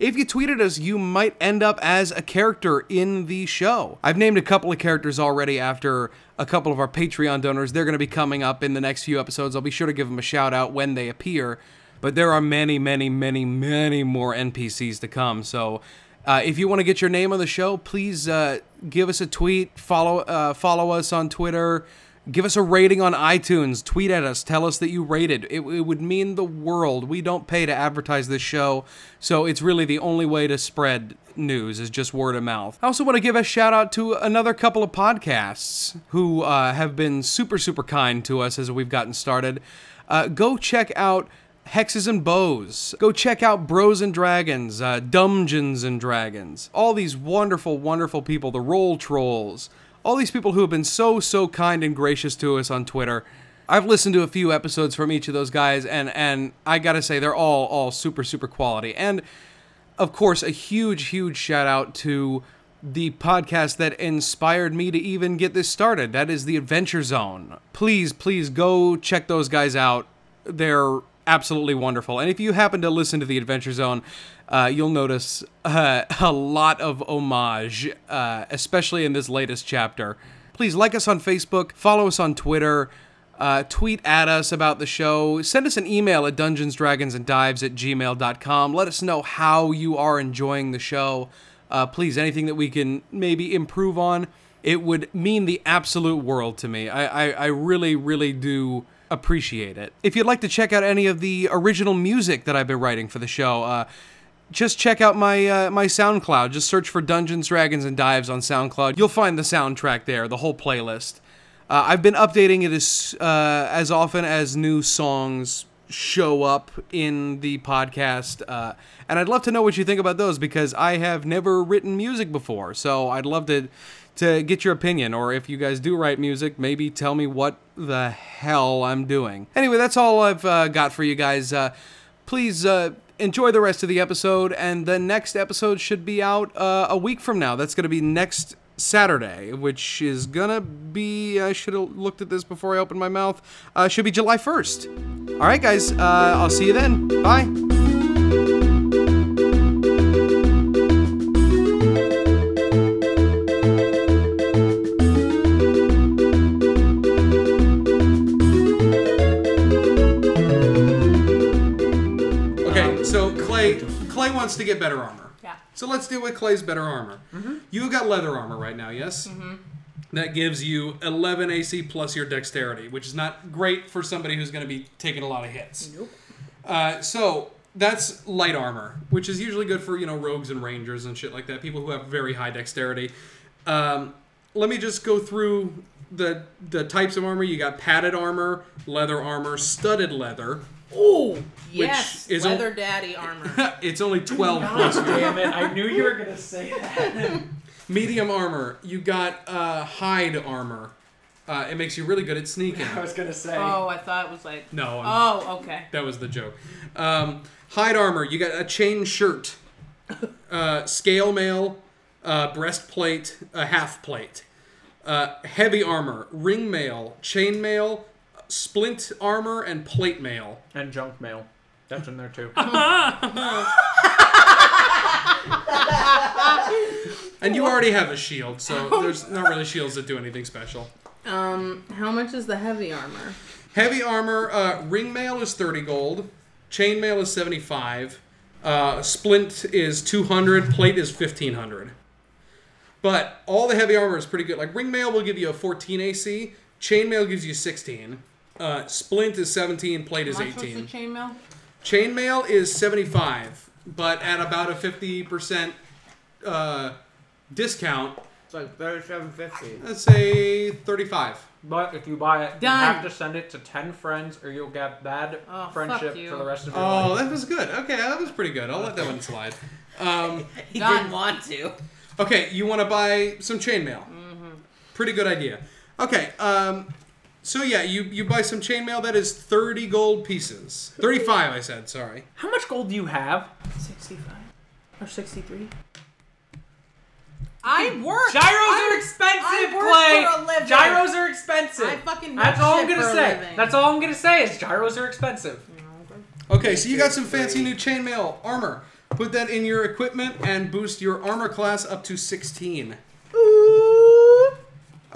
Speaker 4: If you tweeted us, you might end up as a character in the show. I've named a couple of characters already after a couple of our Patreon donors. They're going to be coming up in the next few episodes. I'll be sure to give them a shout out when they appear. But there are many, many, many, many more NPCs to come. So uh, if you want to get your name on the show, please uh, give us a tweet, follow, uh, follow us on Twitter, give us a rating on iTunes, tweet at us, tell us that you rated. It, it would mean the world. We don't pay to advertise this show, so it's really the only way to spread news is just word of mouth. I also want to give a shout out to another couple of podcasts who uh, have been super, super kind to us as we've gotten started. Uh, go check out Hexes and Bows. Go check out Bros and Dragons, uh, Dungeons and Dragons. All these wonderful, wonderful people, the Roll Trolls, all these people who have been so, so kind and gracious to us on Twitter. I've listened to a few episodes from each of those guys, and and I gotta say they're all all super, super quality. And of course, a huge, huge shout out to the podcast that inspired me to even get this started. That is the Adventure Zone. Please, please go check those guys out. They're absolutely wonderful. And if you happen to listen to the Adventure Zone, uh, you'll notice uh, a lot of homage, uh, especially in this latest chapter. Please like us on Facebook, follow us on Twitter uh, tweet at us about the show. Send us an email at dungeons, dragons, and dives at gmail.com. Let us know how you are enjoying the show. Uh, please, anything that we can maybe improve on, it would mean the absolute world to me. I, I, I really, really do appreciate it. If you'd like to check out any of the original music that I've been writing for the show, uh, just check out my uh, my SoundCloud. Just search for Dungeons, Dragons, and Dives on SoundCloud. You'll find the soundtrack there, the whole playlist. Uh, I've been updating it as uh, as often as new songs show up in the podcast, uh, and I'd love to know what you think about those because I have never written music before, so I'd love to to get your opinion. Or if you guys do write music, maybe tell me what the hell I'm doing. Anyway, that's all I've uh, got for you guys. Uh, please uh, enjoy the rest of the episode and the next episode should be out uh, a week from now that's going to be next saturday which is going to be i should have looked at this before i opened my mouth uh, should be july 1st all right guys uh, i'll see you then bye Clay wants to get better armor.
Speaker 6: Yeah.
Speaker 4: So let's deal with Clay's better armor. You've got leather armor right now, yes? Mm-hmm. That gives you 11 AC plus your dexterity, which is not great for somebody who's going to be taking a lot of hits.
Speaker 6: Nope.
Speaker 4: Uh, so that's light armor, which is usually good for you know rogues and rangers and shit like that. People who have very high dexterity. Um, let me just go through the the types of armor. You got padded armor, leather armor, studded leather.
Speaker 6: Oh yes,
Speaker 4: is
Speaker 6: leather
Speaker 4: al-
Speaker 6: daddy armor.
Speaker 4: it's only twelve plus.
Speaker 3: Damn it! I knew you were gonna say that.
Speaker 4: Medium armor. You got uh, hide armor. Uh, it makes you really good at sneaking.
Speaker 3: I was gonna say.
Speaker 6: oh, I thought it was like.
Speaker 4: No, I'm-
Speaker 6: Oh, okay.
Speaker 4: That was the joke. Um, hide armor. You got a chain shirt, uh, scale mail, uh, breastplate, a half plate. Uh, heavy armor, ring mail, chain mail, splint armor, and plate mail.
Speaker 3: And junk mail. That's in there too.
Speaker 4: And you already have a shield, so there's not really shields that do anything special.
Speaker 6: Um, how much is the heavy armor?
Speaker 4: Heavy armor, uh, ring mail is 30 gold, chain mail is 75, uh, splint is 200, plate is 1500. But all the heavy armor is pretty good. Like ring mail will give you a 14 AC, chain mail gives you 16. Uh, splint is 17, plate is
Speaker 6: How much was the
Speaker 4: 18.
Speaker 6: chainmail?
Speaker 4: Chain mail is 75, but at about a 50% uh, discount,
Speaker 5: It's like thirty-seven fifty.
Speaker 4: let's say 35.
Speaker 3: But if you buy it,
Speaker 6: Done.
Speaker 3: you have to send it to ten friends, or you'll get bad
Speaker 6: Oh, fuck
Speaker 3: friendship
Speaker 6: you.
Speaker 3: for the rest of your
Speaker 4: Oh,
Speaker 3: life.
Speaker 4: that was good. Okay, that was pretty good. I'll let that one slide. Um,
Speaker 5: He
Speaker 6: Done.
Speaker 5: didn't want to.
Speaker 4: Okay, you want to buy some chainmail. Pretty good idea. Okay, um, so yeah, you, you buy some chainmail. That is 30 gold pieces. 35, I said, sorry.
Speaker 3: How much gold do you have?
Speaker 6: Sixty-five or sixty-three. I work.
Speaker 3: Gyros
Speaker 6: I-
Speaker 3: are expensive,
Speaker 6: I work for a
Speaker 3: Clay.
Speaker 6: living.
Speaker 3: Gyros are expensive.
Speaker 6: I fucking make
Speaker 3: That's all I'm
Speaker 6: shit for
Speaker 3: gonna
Speaker 6: a
Speaker 3: say.
Speaker 6: living. Mm.
Speaker 3: That's all I'm gonna say is gyros are expensive.
Speaker 4: Okay, so you got some fancy new chainmail armor. Put that in your equipment and boost your armor class up to 16.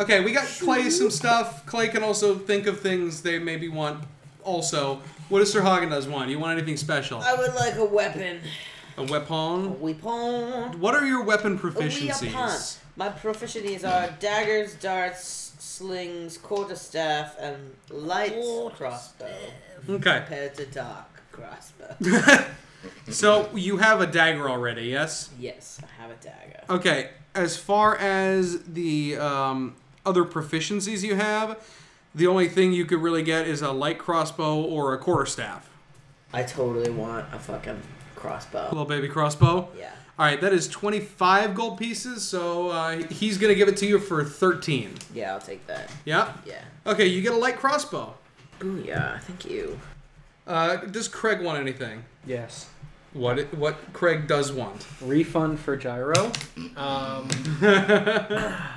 Speaker 4: Okay, we got Clay some stuff. Clay can also think of things they maybe want also. What does Sir Hagen does want? You want anything special?
Speaker 5: I would like a weapon.
Speaker 4: A weapon?
Speaker 5: Weapon.
Speaker 4: What are your weapon
Speaker 5: Weapon.
Speaker 4: proficiencies?
Speaker 5: My proficiencies are daggers, darts, slings, quarterstaff, and light crossbow.
Speaker 4: Okay.
Speaker 5: Compared to dark crossbow.
Speaker 4: So you have a dagger already, yes?
Speaker 5: yes, I have a dagger.
Speaker 4: Okay. As far as the um, other proficiencies you have, the only thing you could really get is a light crossbow or a quarterstaff.
Speaker 5: I totally want a fucking crossbow.
Speaker 4: Little baby crossbow.
Speaker 5: Yeah.
Speaker 4: All right, that is 25 gold pieces, so uh, he's going to give it to you for 13.
Speaker 5: Yeah, I'll take that.
Speaker 4: Yeah?
Speaker 5: Yeah.
Speaker 4: Okay, you get a light crossbow.
Speaker 5: Booyah, thank you.
Speaker 4: Uh, does Craig want anything?
Speaker 3: Yes.
Speaker 4: What it, what Craig does want.
Speaker 3: Refund for gyro. Um,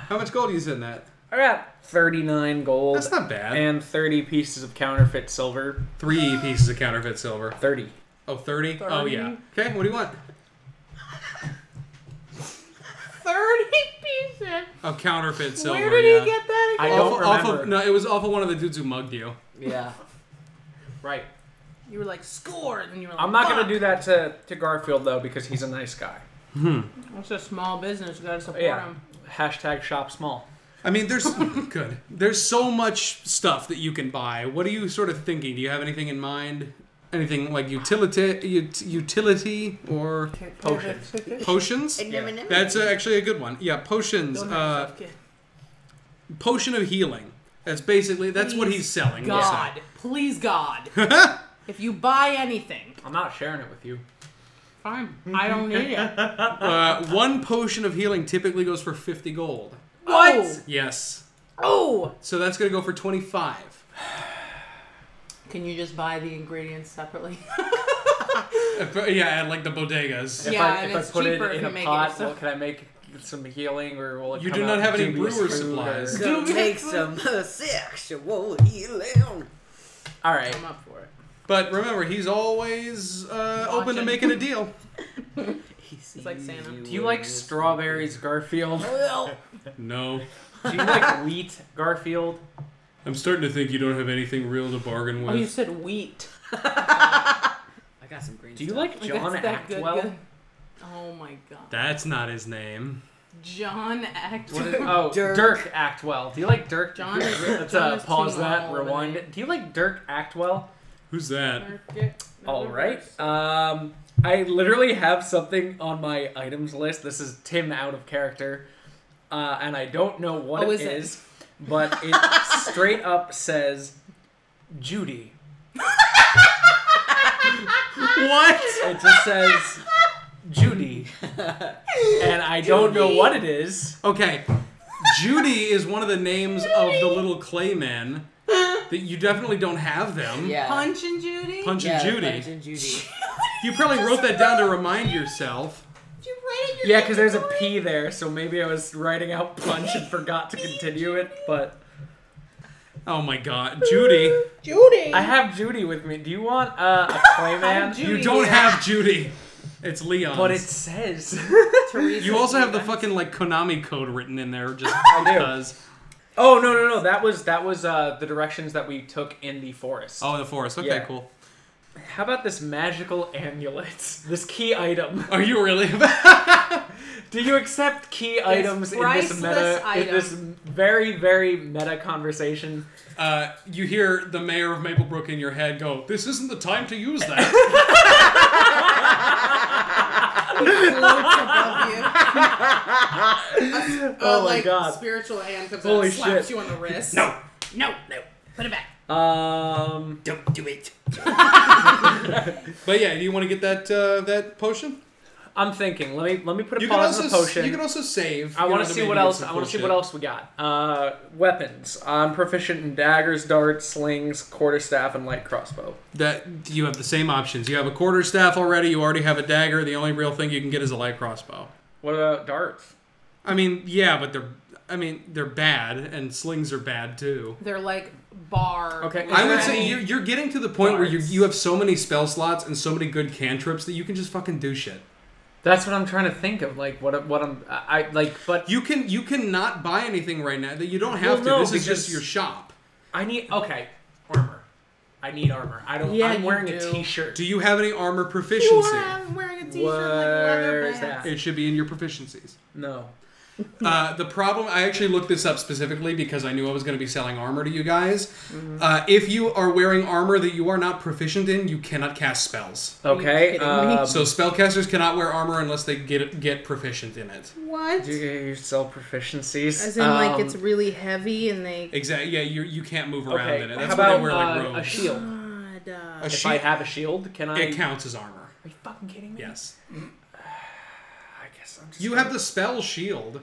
Speaker 4: How much gold is in that?
Speaker 3: I got 39 gold
Speaker 4: That's not bad.
Speaker 3: and 30 pieces of counterfeit silver.
Speaker 4: Three pieces of counterfeit silver.
Speaker 3: 30.
Speaker 4: Oh, 30? Oh, yeah. Okay, what do you want?
Speaker 6: Thirty pieces.
Speaker 4: Of counterfeit silver.
Speaker 6: Where did
Speaker 4: yeah.
Speaker 6: he get that?
Speaker 3: I
Speaker 6: Again?
Speaker 4: Off,
Speaker 3: don't
Speaker 4: off
Speaker 3: remember.
Speaker 4: of, no, it was off of one of the dudes who mugged you.
Speaker 5: Yeah.
Speaker 3: Right.
Speaker 6: You were like score, and you were like.
Speaker 3: I'm not
Speaker 6: "Fuck."
Speaker 3: gonna do that to, to Garfield though because he's a nice guy.
Speaker 6: It's a small business. You gotta support
Speaker 3: Yeah.
Speaker 6: them.
Speaker 3: Hashtag shop small.
Speaker 4: I mean, there's good. There's so much stuff that you can buy. What are you sort of thinking? Do you have anything in mind? Anything like utility, ut- utility, or
Speaker 3: Potions.
Speaker 4: potions?
Speaker 3: Yeah.
Speaker 4: That's uh, actually a good one. Yeah, potions. Uh, potion of healing. That's basically that's what he's selling. we'll say.
Speaker 6: God, please, God. if you buy anything,
Speaker 3: I'm not sharing it with you.
Speaker 6: fine. I don't need it.
Speaker 4: Uh, one potion of healing typically goes for fifty gold.
Speaker 6: What?
Speaker 4: Yes.
Speaker 6: Oh.
Speaker 4: So that's gonna go for twenty-five.
Speaker 6: Can you just buy the ingredients separately?
Speaker 4: Uh, Yeah, at like the bodegas.
Speaker 3: If
Speaker 6: Yeah,
Speaker 3: I,
Speaker 6: and
Speaker 3: if I
Speaker 6: it's
Speaker 3: put it
Speaker 6: cheaper if
Speaker 3: in
Speaker 6: you
Speaker 3: a
Speaker 6: make it
Speaker 3: pot,
Speaker 6: yourself.
Speaker 3: well, can I make some healing or will it
Speaker 4: You
Speaker 3: come
Speaker 4: do not
Speaker 3: out
Speaker 4: have any
Speaker 3: dubious
Speaker 4: brewer
Speaker 3: food
Speaker 4: supplies.
Speaker 3: or-
Speaker 5: Go
Speaker 6: Dude,
Speaker 5: take some uh, sexual healing.
Speaker 3: All right.
Speaker 6: I'm up for it.
Speaker 4: But remember, he's always uh, open to
Speaker 6: Watching.
Speaker 4: making a deal.
Speaker 6: It's like Santa.
Speaker 3: Do you like strawberries, Garfield?
Speaker 5: Well,
Speaker 2: No.
Speaker 3: Do you like wheat, Garfield?
Speaker 2: I'm starting to think you don't have anything real to bargain
Speaker 6: Oh, you
Speaker 2: with.
Speaker 6: said wheat.
Speaker 5: I
Speaker 7: got some green
Speaker 3: Do you
Speaker 7: stuff.
Speaker 3: like John
Speaker 6: That's that good
Speaker 3: Actwell?
Speaker 6: guy. Oh my god.
Speaker 4: That's not his name.
Speaker 6: John Actwell.
Speaker 3: What is, oh,
Speaker 7: Dirk.
Speaker 3: Dirk. Actwell. Do you like Dirk?
Speaker 6: John is-
Speaker 3: Let's
Speaker 6: John
Speaker 3: uh,
Speaker 6: is too
Speaker 3: pause that.
Speaker 6: long of a
Speaker 3: Rewind
Speaker 6: name.
Speaker 3: it. Do you like Dirk Actwell?
Speaker 8: Who's that?
Speaker 3: All right. Um, I literally have something on my items list. This is Tim out of character, uh, and I don't know what
Speaker 6: Oh,
Speaker 3: it
Speaker 6: is it?
Speaker 3: is, but it straight up says Judy.
Speaker 4: What?
Speaker 3: It just says Judy, and I don't know what it is.
Speaker 4: Okay. Judy is one of the names of the little clay men that you definitely don't have them.
Speaker 7: Yeah.
Speaker 6: Punch and Judy?
Speaker 4: Punch
Speaker 7: yeah,
Speaker 4: and Judy.
Speaker 7: Punch and Judy.
Speaker 4: You probably wrote that down to remind yourself.
Speaker 3: Yeah, because there's a P there, so maybe I was writing out punch and forgot to continue it. But
Speaker 4: Oh my god. Judy.
Speaker 5: Judy.
Speaker 3: I have Judy with me. Do you want uh, a Clayman?
Speaker 6: Judy.
Speaker 4: You don't
Speaker 6: Yeah.
Speaker 4: have Judy. It's Leon.
Speaker 3: But it says.
Speaker 4: You also have the fucking like Konami code written in there just
Speaker 3: do.
Speaker 4: because.
Speaker 3: Oh no no no! That was that was uh, the directions that we took in the forest.
Speaker 4: Oh, the forest. Okay,
Speaker 3: Yeah.
Speaker 4: cool.
Speaker 3: How about this magical amulet? This key item.
Speaker 4: Are you really?
Speaker 3: Do you accept key items in this
Speaker 6: priceless
Speaker 3: meta? In
Speaker 6: item.
Speaker 3: this very very meta conversation.
Speaker 4: uh, you hear the mayor of Maplebrook in your head go, "This isn't the time to use that."
Speaker 6: above you. A,
Speaker 3: Oh my
Speaker 6: like,
Speaker 3: God.
Speaker 6: Spiritual hand comes out
Speaker 3: Holy
Speaker 6: and slaps
Speaker 3: shit.
Speaker 6: you on the wrist.
Speaker 7: no, no, no.
Speaker 6: Put it back.
Speaker 3: Um,
Speaker 7: Don't do it.
Speaker 4: but yeah, do you want to get that uh, that potion?
Speaker 3: I'm thinking. Let me let me put a
Speaker 4: You can also
Speaker 3: pause on the
Speaker 4: s-
Speaker 3: potion.
Speaker 4: you can also save.
Speaker 3: I
Speaker 4: You
Speaker 3: want
Speaker 4: know,
Speaker 3: to see
Speaker 4: maybe
Speaker 3: what
Speaker 4: get
Speaker 3: else.
Speaker 4: some
Speaker 3: I want to see
Speaker 4: cool
Speaker 3: what
Speaker 4: shit.
Speaker 3: else we got. Uh, weapons. I'm proficient in daggers, darts, slings, quarterstaff, and light crossbow.
Speaker 4: That you have the same options. You have a quarter staff already. You already have a dagger. The only real thing you can get is a light crossbow.
Speaker 3: What about darts?
Speaker 4: I mean, yeah, but they're. I mean, they're bad, and slings are bad too.
Speaker 6: They're like bar.
Speaker 3: Okay.
Speaker 4: I would
Speaker 3: Is there
Speaker 4: say
Speaker 3: any-
Speaker 4: you're, you're getting to the point where you,
Speaker 3: Cards.
Speaker 4: you have so many spell slots and so many good cantrips that you can just fucking do shit.
Speaker 3: That's what I'm trying to think of. Like what what I'm I I- like, but
Speaker 4: You can you cannot buy anything right now that you don't have
Speaker 3: Well,
Speaker 4: to.
Speaker 3: no,
Speaker 4: this is just
Speaker 3: because-
Speaker 4: your shop.
Speaker 3: I need okay armor. I need armor. I don't.
Speaker 6: Yeah,
Speaker 3: I'm
Speaker 6: you
Speaker 3: wearing
Speaker 6: do.
Speaker 3: a t-shirt.
Speaker 4: Do you have any armor
Speaker 6: You
Speaker 4: proficiency?
Speaker 6: are wearing a t-shirt
Speaker 3: Where
Speaker 6: like leather
Speaker 3: is
Speaker 6: pants.
Speaker 4: It should be in your proficiencies.
Speaker 3: no.
Speaker 4: Uh, the problem, I actually looked this up specifically because I knew I was going to be selling armor to you guys. Uh, if you are wearing armor that you are not proficient in, you cannot cast spells.
Speaker 3: Okay.
Speaker 7: kidding
Speaker 3: Um,
Speaker 4: So spellcasters cannot wear armor unless they get get proficient in it.
Speaker 6: What?
Speaker 3: do you get your self proficiencies?
Speaker 6: As in, like,
Speaker 3: Um,
Speaker 6: it's really heavy and they.
Speaker 4: Exactly. Yeah, you you can't move around
Speaker 3: okay.
Speaker 4: in it.
Speaker 3: how
Speaker 4: That's why
Speaker 3: about
Speaker 4: they wear like
Speaker 3: uh,
Speaker 4: robes.
Speaker 3: a shield?
Speaker 6: God, uh,
Speaker 4: A
Speaker 3: If I
Speaker 4: shield-
Speaker 3: have a shield, can I?
Speaker 4: it counts as armor.
Speaker 3: Are you fucking kidding me?
Speaker 4: Yes.
Speaker 3: I guess I'm just.
Speaker 4: You
Speaker 3: gonna
Speaker 4: have the spell shield.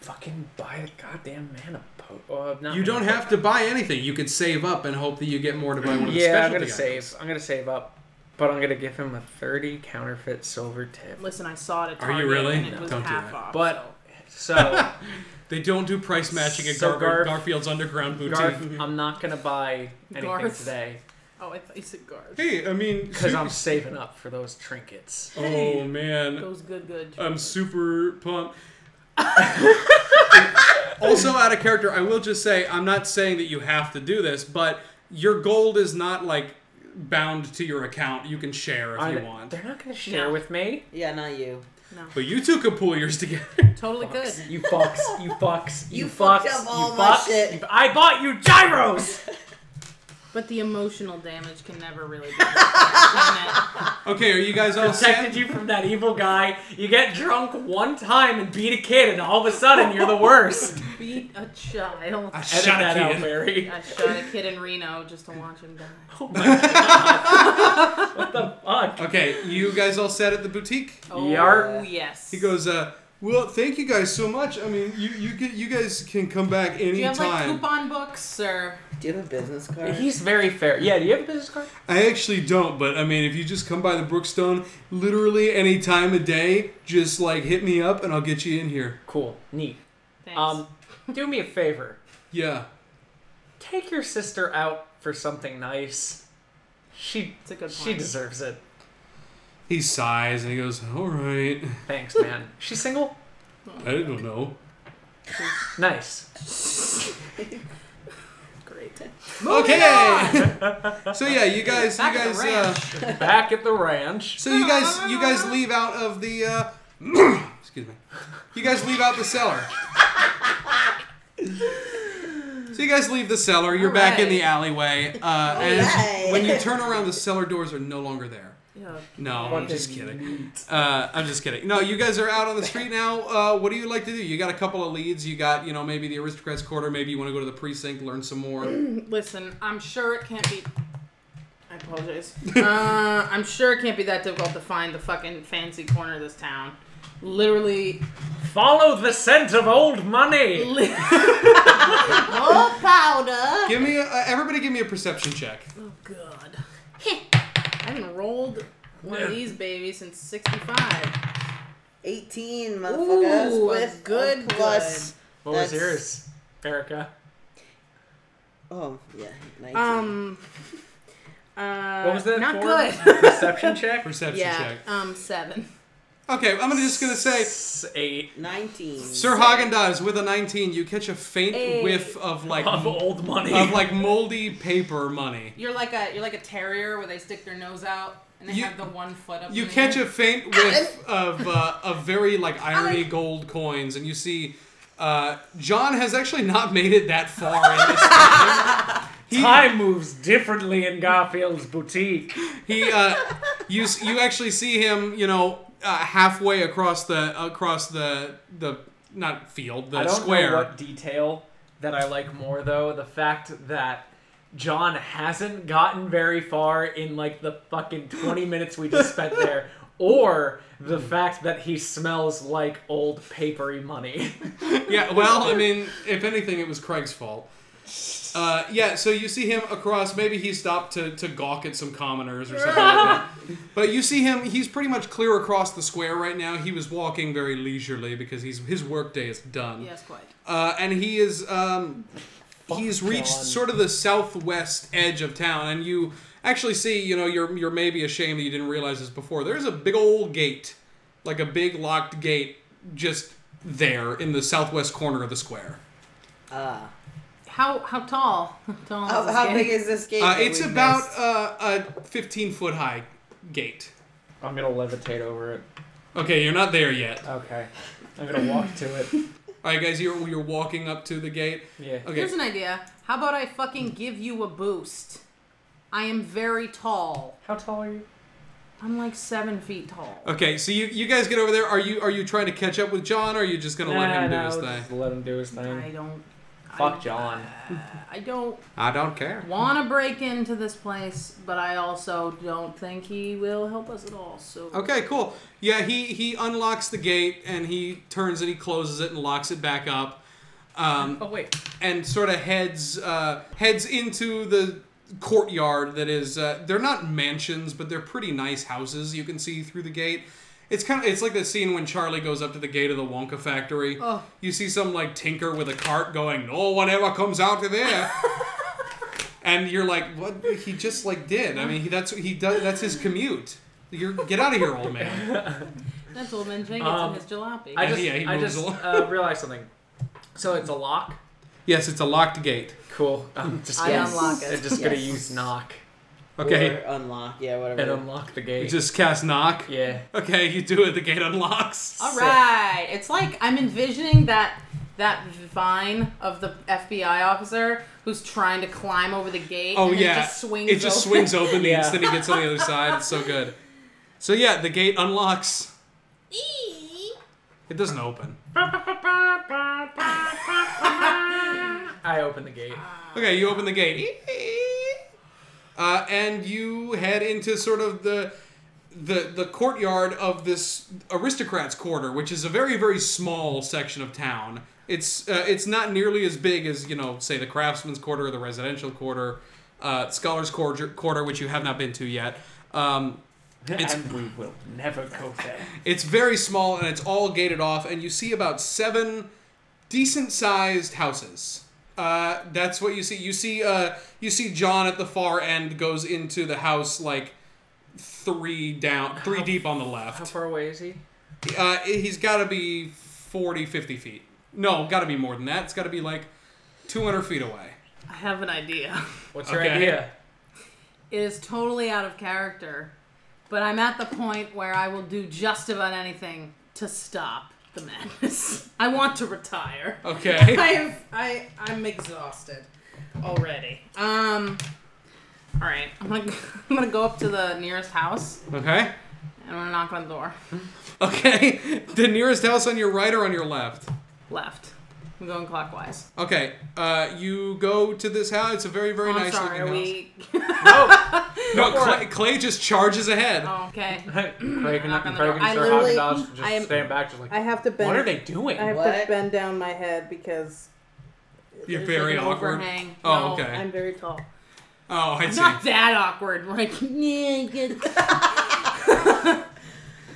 Speaker 3: fucking buy a goddamn mana po- uh, not
Speaker 4: You don't
Speaker 3: mana
Speaker 4: have to buy anything. You could save up and hope that you get more to buy one of the
Speaker 3: Yeah, I'm
Speaker 4: specialty
Speaker 3: gonna
Speaker 4: items.
Speaker 3: save. I'm gonna save up, but I'm gonna give him a thirty counterfeit silver tip.
Speaker 6: listen, I saw it at
Speaker 4: Are
Speaker 6: Target
Speaker 4: you really?
Speaker 6: and it
Speaker 4: No,
Speaker 6: was
Speaker 4: don't do
Speaker 6: half
Speaker 4: that.
Speaker 6: off.
Speaker 3: But so
Speaker 4: They don't do price matching at
Speaker 3: So
Speaker 4: Gar-
Speaker 3: Garth-
Speaker 4: Garfield's underground boutique.
Speaker 3: Garth, I'm not gonna buy anything
Speaker 6: Garth.
Speaker 3: today
Speaker 6: oh, I thought you said guard.
Speaker 4: Hey, I mean,
Speaker 3: because
Speaker 4: su-
Speaker 3: I'm saving up for those trinkets.
Speaker 4: oh man,
Speaker 6: Goes good, good.
Speaker 4: I'm super pumped. also, out of character, I will just say I'm not saying that you have to do this, but your gold is not like bound to your account. You can share if
Speaker 3: I-
Speaker 4: you want.
Speaker 3: They're not gonna share
Speaker 6: No.
Speaker 3: with me.
Speaker 5: Yeah, not you.
Speaker 4: But you two could pull yours together.
Speaker 6: Totally good.
Speaker 3: Fucks. You fucks. You fucks.
Speaker 5: You
Speaker 3: You, fucks.
Speaker 5: fucked up
Speaker 3: you
Speaker 5: all my
Speaker 3: fucks.
Speaker 5: shit.
Speaker 3: you- I bought you gyros.
Speaker 6: But the emotional damage can never really be. can
Speaker 4: Okay, are you guys all set?
Speaker 3: Protected you from that evil guy. You get drunk one time and beat a kid, and all of a sudden you're the worst.
Speaker 6: it? Beat a child. I
Speaker 3: Edit
Speaker 4: Shut
Speaker 3: that
Speaker 4: up,
Speaker 3: out,
Speaker 4: Ian.
Speaker 3: Mary.
Speaker 6: shot a kid in Reno just to watch him die.
Speaker 3: What the fuck?
Speaker 4: Okay, you guys all set at the boutique?
Speaker 6: Oh,
Speaker 3: Yarp.
Speaker 6: yes.
Speaker 4: He goes, uh, well, thank you guys so much. I mean, you you get you guys can come back anytime.
Speaker 6: Do you have like coupon books or?
Speaker 5: Do you have a business card?
Speaker 3: He's very fair. Yeah, do you have a business card?
Speaker 4: I actually don't, but I mean, if you just come by the Brookstone, literally any time of day, just like hit me up and I'll get you in here.
Speaker 3: Cool. Neat.
Speaker 6: Thanks.
Speaker 3: Um, do me a favor.
Speaker 4: Yeah.
Speaker 3: Take your sister out for something nice. She
Speaker 6: It's a good
Speaker 3: she
Speaker 6: point.
Speaker 3: deserves it.
Speaker 4: He sighs and he goes, "All right,
Speaker 3: Thanks, man. She's single?
Speaker 4: I don't know."
Speaker 3: Nice.
Speaker 6: Great.
Speaker 3: great.
Speaker 4: Okay. so yeah, you guys, you
Speaker 6: Back at
Speaker 4: guys,
Speaker 6: the
Speaker 4: uh,
Speaker 3: Back at the ranch.
Speaker 4: so you guys, you guys leave out of the. Uh, excuse me. You guys leave out the cellar. So you guys leave the cellar. You're back in the
Speaker 6: Alright.
Speaker 4: alleyway, uh, and
Speaker 5: Alright.
Speaker 4: when you turn around, the cellar doors are no longer there. No, I'm just kidding. Uh, I'm just kidding. No, you guys are out on the street now. Uh, what do you like to do? You got a couple of leads. You got, you know, maybe the aristocrats' quarter. Maybe you want to go to the precinct, learn some more.
Speaker 6: Listen, I'm sure it can't be. I apologize. uh, I'm sure it can't be that difficult to find the fucking fancy corner of this town. Literally,
Speaker 3: Follow the scent of old money.
Speaker 6: li-
Speaker 5: More powder.
Speaker 4: Give me a, uh, everybody. Give me a perception check.
Speaker 6: oh god, I haven't rolled one of these babies since '65.
Speaker 5: 18, motherfuckers.
Speaker 6: Ooh, a
Speaker 5: with
Speaker 6: good
Speaker 5: good plus.
Speaker 3: What was
Speaker 5: That's-
Speaker 3: yours, Erica?
Speaker 5: Oh, yeah. 19.
Speaker 6: Um, uh,
Speaker 3: What was that
Speaker 6: Not
Speaker 3: for?
Speaker 6: good.
Speaker 3: Perception check.
Speaker 4: Perception
Speaker 6: yeah,
Speaker 4: check.
Speaker 6: um, seven.
Speaker 4: Okay, I'm gonna just gonna say,
Speaker 3: It's eight
Speaker 5: 19.
Speaker 4: Sir Hagen Dazs with a 19. You catch a faint
Speaker 6: Hey.
Speaker 4: whiff of like
Speaker 3: of old money.
Speaker 4: of like moldy paper money.
Speaker 6: You're like a you're like a terrier where they stick their nose out and they
Speaker 4: You-
Speaker 6: have the one foot up.
Speaker 4: You
Speaker 6: in the
Speaker 4: catch
Speaker 6: air.
Speaker 4: a faint whiff of uh, of very like irony gold coins, and you see uh, John has actually not made it that far in this time. He-
Speaker 3: Time moves differently in Garfield's boutique.
Speaker 4: he uh, you s- you actually see him you know uh, halfway across the across the the not field the
Speaker 3: I don't
Speaker 4: square
Speaker 3: know what detail that I like more though. The fact that John hasn't gotten very far in like the fucking 20 minutes we just spent there. Or the fact that he smells like old papery money.
Speaker 4: yeah well i mean if anything it was craig's fault uh, yeah so you see him across maybe he stopped to, to gawk at some commoners or something like that but you see him he's pretty much clear across the square right now he was walking very leisurely because he's his workday is done
Speaker 6: Yes, quite.
Speaker 4: uh, and he is um, he's reached
Speaker 3: John.
Speaker 4: sort of the southwest edge of town, and you actually see, you know, you're you're maybe ashamed that you didn't realize this before. There's a big old gate, like a big locked gate, just there in the southwest corner of the square.
Speaker 5: Ah.
Speaker 6: How how tall? How tall?
Speaker 5: how,
Speaker 6: this
Speaker 5: how
Speaker 6: game?
Speaker 5: big is this game?
Speaker 4: Uh,
Speaker 5: that
Speaker 4: it's
Speaker 5: we
Speaker 4: about
Speaker 5: missed?
Speaker 4: uh, a 15 foot high gate.
Speaker 3: I'm gonna levitate over it.
Speaker 4: Okay, you're not there yet. All
Speaker 3: Okay. I'm gonna walk to it.
Speaker 4: right, guys, you're you're walking up to the gate.
Speaker 3: Yeah.
Speaker 4: Okay.
Speaker 6: Here's an idea. How about I fucking give you a boost? I am very tall.
Speaker 3: How tall are you?
Speaker 6: I'm like seven feet tall.
Speaker 4: Okay, so you, you guys get over there. Are you are you trying to catch up with John, or are you just gonna let him do his thing?
Speaker 3: Just let him do his
Speaker 6: I
Speaker 3: thing.
Speaker 6: don't.
Speaker 3: Fuck
Speaker 6: I,
Speaker 3: John.
Speaker 6: I don't
Speaker 4: I don't care.
Speaker 6: want to break into this place, but I also don't think he will help us at all. So
Speaker 4: Okay, cool. Yeah, he he unlocks the gate and he turns and he closes it and locks it back up, um,
Speaker 3: Oh wait.
Speaker 4: and sort of heads uh, heads into the courtyard that is. Uh, they're not mansions, but they're pretty nice houses you can see through the gate. It's kind of it's like the scene when Charlie goes up to the gate of the Wonka factory.
Speaker 6: Oh.
Speaker 4: You see some like tinker with a cart going, "No one ever comes out of there." and you're like, "What? He just like did? I mean, he, that's he does. That's his commute. You're get out of here, old man."
Speaker 6: that's old man Jenkins
Speaker 3: Um,
Speaker 6: and his jalopy.
Speaker 3: I just,
Speaker 4: Yeah, he
Speaker 3: I
Speaker 4: moves
Speaker 3: just
Speaker 4: along.
Speaker 3: uh, realized something. So it's a lock.
Speaker 4: Yes, it's a locked gate.
Speaker 3: Cool. I'm just
Speaker 6: I
Speaker 3: gonna,
Speaker 6: unlock it.
Speaker 3: I'm just gonna
Speaker 5: Yes.
Speaker 3: use knock
Speaker 4: Okay.
Speaker 5: Or unlock, yeah,
Speaker 3: and
Speaker 5: whatever.
Speaker 3: unlock the gate.
Speaker 4: You just cast knock.
Speaker 3: yeah.
Speaker 4: Okay, you do it. The gate unlocks.
Speaker 6: All right. It's like I'm envisioning that that vine of the FBI officer who's trying to climb over the gate.
Speaker 4: Oh
Speaker 6: and then
Speaker 4: yeah.
Speaker 6: It just swings.
Speaker 4: It just
Speaker 6: open.
Speaker 4: swings open the
Speaker 3: Yeah.
Speaker 4: instant he gets on the other side. It's so good. So yeah, the gate unlocks. It doesn't open.
Speaker 3: I open the gate.
Speaker 4: Okay, you open the gate. Uh, and you head into sort of the the the courtyard of this aristocrats quarter, which is a very very small section of town. It's uh, it's not nearly as big as you know, say the craftsman's quarter or the residential quarter, uh, scholars quarter, quarter, which you have not been to yet. Um, It's-
Speaker 3: and we will never go there.
Speaker 4: it's very small and it's all gated off, and you see about seven decent sized houses. Uh, that's what you see. You see, uh, you see John at the far end goes into the house like three down, three deep on the
Speaker 3: How
Speaker 4: left.
Speaker 3: far away is he?
Speaker 4: Uh, he's got to be 40, 50 feet. No, got to be more than that. It's got to be like 200 feet away.
Speaker 6: I have an idea.
Speaker 3: What's your
Speaker 4: Okay.
Speaker 3: idea?
Speaker 6: It is totally out of character, but I'm at the point where I will do just about anything to stop the madness. I want to retire. I
Speaker 4: Okay.
Speaker 6: have, I I'm exhausted already. Um. All right, I'm gonna I'm gonna go up to the nearest house
Speaker 4: Okay.
Speaker 6: and I'm gonna knock on the door.
Speaker 4: Okay. The nearest house on your right or on your left?
Speaker 6: Left. I'm going clockwise.
Speaker 4: Okay. Uh, you go to this house. It's a very, very
Speaker 6: Oh, I'm
Speaker 4: nice
Speaker 6: sorry. Are
Speaker 4: looking house.
Speaker 6: we?
Speaker 3: No.
Speaker 4: No,
Speaker 3: for
Speaker 4: Clay, Clay just charges ahead.
Speaker 6: Oh, okay.
Speaker 3: Craig and
Speaker 6: Knock on the
Speaker 3: Craig
Speaker 6: door.
Speaker 3: and
Speaker 6: I
Speaker 3: Sir
Speaker 6: literally-
Speaker 3: Haagen-Dazs just
Speaker 6: I am-
Speaker 3: stand back, just like,
Speaker 6: I have to bend.
Speaker 3: what are they doing?
Speaker 6: I have to
Speaker 5: What?
Speaker 6: bend down my head because
Speaker 4: You're
Speaker 6: there's
Speaker 4: very
Speaker 6: like an
Speaker 4: awkward.
Speaker 6: Overhang.
Speaker 4: Oh,
Speaker 6: No,
Speaker 4: okay.
Speaker 6: I'm very tall.
Speaker 4: Oh, I
Speaker 6: I'm
Speaker 4: see.
Speaker 6: not that awkward. Like, naked.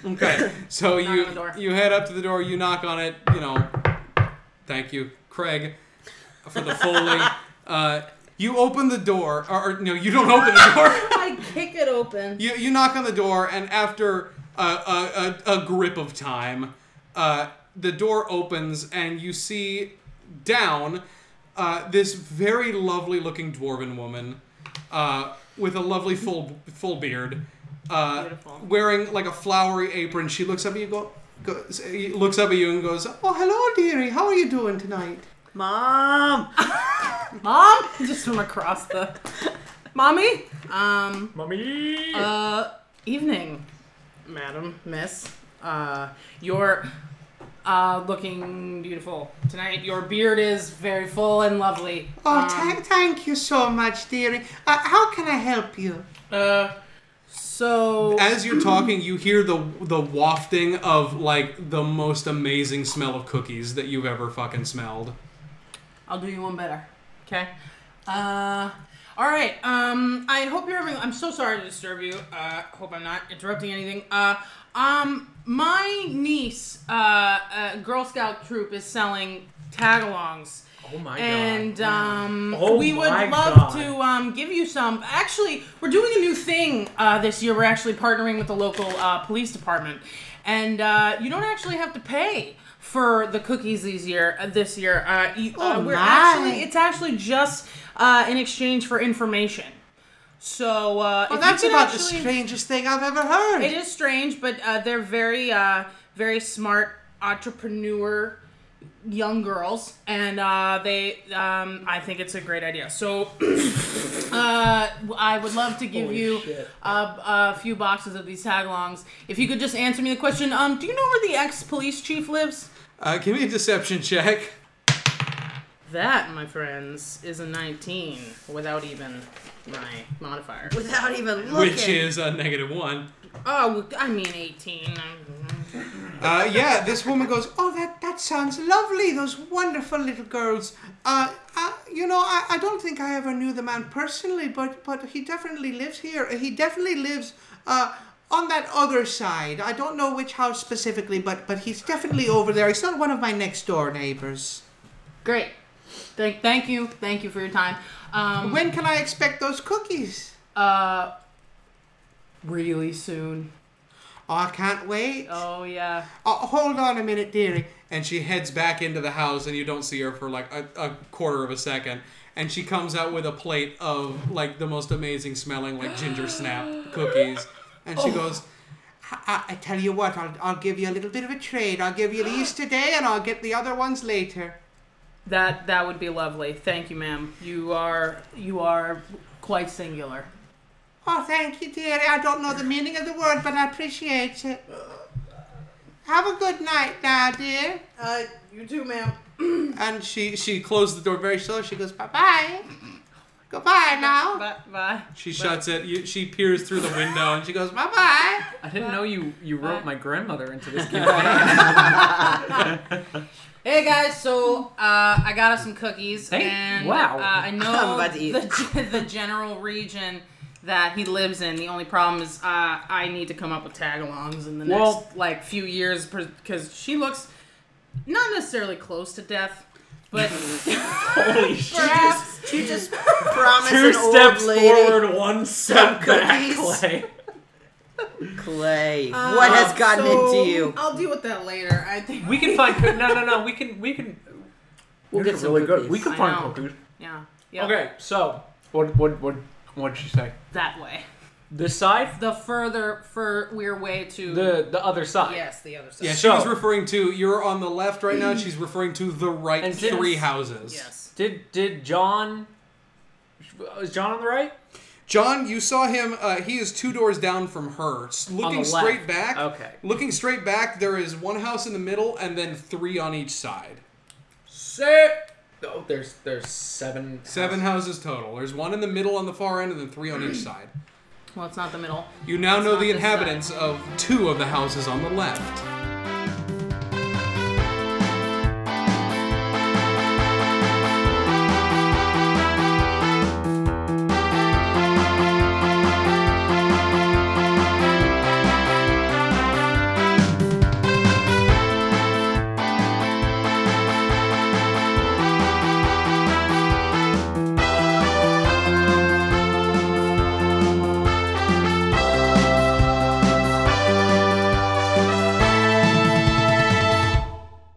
Speaker 4: Okay. So
Speaker 6: Knock
Speaker 4: you
Speaker 6: on the door.
Speaker 4: you head up to the door. You knock on it. You know. Thank you, Craig, for the foley. uh, you open the door, or, or no, you don't open the door.
Speaker 6: I kick it open.
Speaker 4: You, you knock on the door, and after a, a, a, a grip of time, uh, the door opens, and you see down uh, this very lovely looking dwarven woman uh, with a lovely full full beard, uh,
Speaker 6: Beautiful.
Speaker 4: wearing like a flowery apron. She looks up at you, go, go, looks up at you, and goes, "Oh, hello, dearie. How are you doing tonight?"
Speaker 5: Mom!
Speaker 6: Mom, just from across the. Mommy. Um.
Speaker 3: Mommy!
Speaker 6: Uh, evening, madam, miss. Uh, you're uh, looking beautiful tonight. Your beard is very full and lovely.
Speaker 9: Oh, thank- thank you so much, dearie. Uh, how can I help you?
Speaker 6: Uh, so
Speaker 4: As you're talking, you hear the the wafting of like the most amazing smell of cookies that you've ever fucking smelled.
Speaker 6: I'll do you one better. Okay. Uh, all right. Um, I hope you're having. I'm so sorry to disturb you. Uh, hope I'm not interrupting anything. Uh, um, my niece, uh, uh Girl Scout troop is selling tagalongs.
Speaker 3: oh my
Speaker 6: and
Speaker 3: god.
Speaker 6: um,
Speaker 3: Oh
Speaker 6: we would
Speaker 3: my
Speaker 6: love
Speaker 3: God.
Speaker 6: to um, give you some. Actually, we're doing a new thing uh, this year. We're actually partnering with the local uh, police department, and uh, you don't actually have to pay for the cookies these year. Uh, this year, uh, you, uh, we're
Speaker 9: Oh, my.
Speaker 6: actually it's actually just uh, in exchange for information. So uh,
Speaker 9: Well,
Speaker 6: if
Speaker 9: that's
Speaker 6: you can
Speaker 9: about
Speaker 6: actually,
Speaker 9: the strangest thing I've ever heard.
Speaker 6: it is strange, but uh, they're very, uh, very smart entrepreneur young girls, and uh, they, um, I think it's a great idea. So, uh, I would love to give you a, a few boxes of these tagalongs. If you could just answer me the question, um, do you know where the ex police chief lives?
Speaker 4: Uh, give me a deception check.
Speaker 6: That, my friends, is a 19 without even my modifier.
Speaker 5: Without even looking.
Speaker 4: Which is a negative one.
Speaker 6: Oh, I mean 18.
Speaker 4: Uh, yeah, this woman goes,
Speaker 9: Oh, that, that sounds lovely. Those wonderful little girls. Uh, uh, you know, I, I don't think I ever knew the man personally, but but he definitely lives here. He definitely lives uh, on that other side. I don't know which house specifically, but but he's definitely over there. He's not one of my next door neighbors.
Speaker 6: Great. Thank, thank you. Thank you for your time. Um,
Speaker 9: When can I expect those cookies?
Speaker 6: uh, really soon.
Speaker 9: Oh, I can't wait.
Speaker 6: Oh yeah.
Speaker 4: Uh,
Speaker 9: Oh, hold on a minute, dearie.
Speaker 4: and she heads back into the house, and you don't see her for like a, a quarter of a second. And she comes out with a plate of like the most amazing smelling like ginger snap cookies, and she goes,
Speaker 9: I, I tell you what, I'll, I'll give you a little bit of a trade. I'll give you these today, and I'll get the other ones later.
Speaker 6: That that would be lovely. Thank you, ma'am. You are you are quite singular.
Speaker 9: Oh, thank you, dearie. I don't know the meaning of the word, but I appreciate it. Have a good night now, dear.
Speaker 5: Uh, you too, ma'am.
Speaker 4: and she she closed the door very slowly. She goes,
Speaker 9: Bye bye. Goodbye now.
Speaker 6: Bye bye.
Speaker 4: she shuts it. You, she peers through the window, and she goes,
Speaker 9: Bye bye.
Speaker 3: I didn't know you, you wrote my grandmother into this game.
Speaker 6: Hey guys, so uh, I got us some cookies,
Speaker 3: Hey,
Speaker 6: and
Speaker 3: wow.
Speaker 6: uh, I know
Speaker 5: I'm about to eat.
Speaker 6: The, gen- the general region that he lives in. The only problem is uh, I need to come up with tagalongs in the next
Speaker 3: Well-
Speaker 6: like few years because she looks not necessarily close to death, but
Speaker 3: Holy shit.
Speaker 6: perhaps
Speaker 5: You just promise
Speaker 3: Two
Speaker 5: an old
Speaker 3: steps
Speaker 5: lady.
Speaker 3: forward, one step back,
Speaker 5: cookies.
Speaker 3: Clay.
Speaker 5: Clay, what has gotten
Speaker 6: so
Speaker 5: into you?
Speaker 6: I'll deal with that later. I think
Speaker 3: We can find coo- no, no, no. We can, we can.
Speaker 5: We'll
Speaker 3: These
Speaker 5: get
Speaker 3: are
Speaker 5: some
Speaker 3: really
Speaker 5: cookies.
Speaker 3: good. We can
Speaker 6: I
Speaker 3: find
Speaker 6: know.
Speaker 3: cookies.
Speaker 6: Yeah. Yep.
Speaker 3: Okay, so what what what what'd she say?
Speaker 6: That way.
Speaker 3: The side,
Speaker 6: The further for we're way to
Speaker 3: the the other side.
Speaker 6: yes, the other side.
Speaker 4: Yeah, she
Speaker 3: So-
Speaker 4: was referring to you're on the left right now. She's referring to the right
Speaker 3: And since-
Speaker 4: three houses.
Speaker 6: Yes.
Speaker 3: Did did John? Was John on the right?
Speaker 4: John, you saw him. Uh, he is two doors down from her, s- looking
Speaker 3: left.
Speaker 4: straight back.
Speaker 3: Okay.
Speaker 4: Looking straight back, there is one house in the middle, and then three on each side.
Speaker 3: Sick. Oh, there's there's seven.
Speaker 4: Seven houses total. There's one in the middle on the far end, and then three on each side.
Speaker 6: Well, it's not the middle.
Speaker 4: You now know
Speaker 6: not
Speaker 4: the
Speaker 6: this side.
Speaker 4: inhabitants of two of the houses on the left.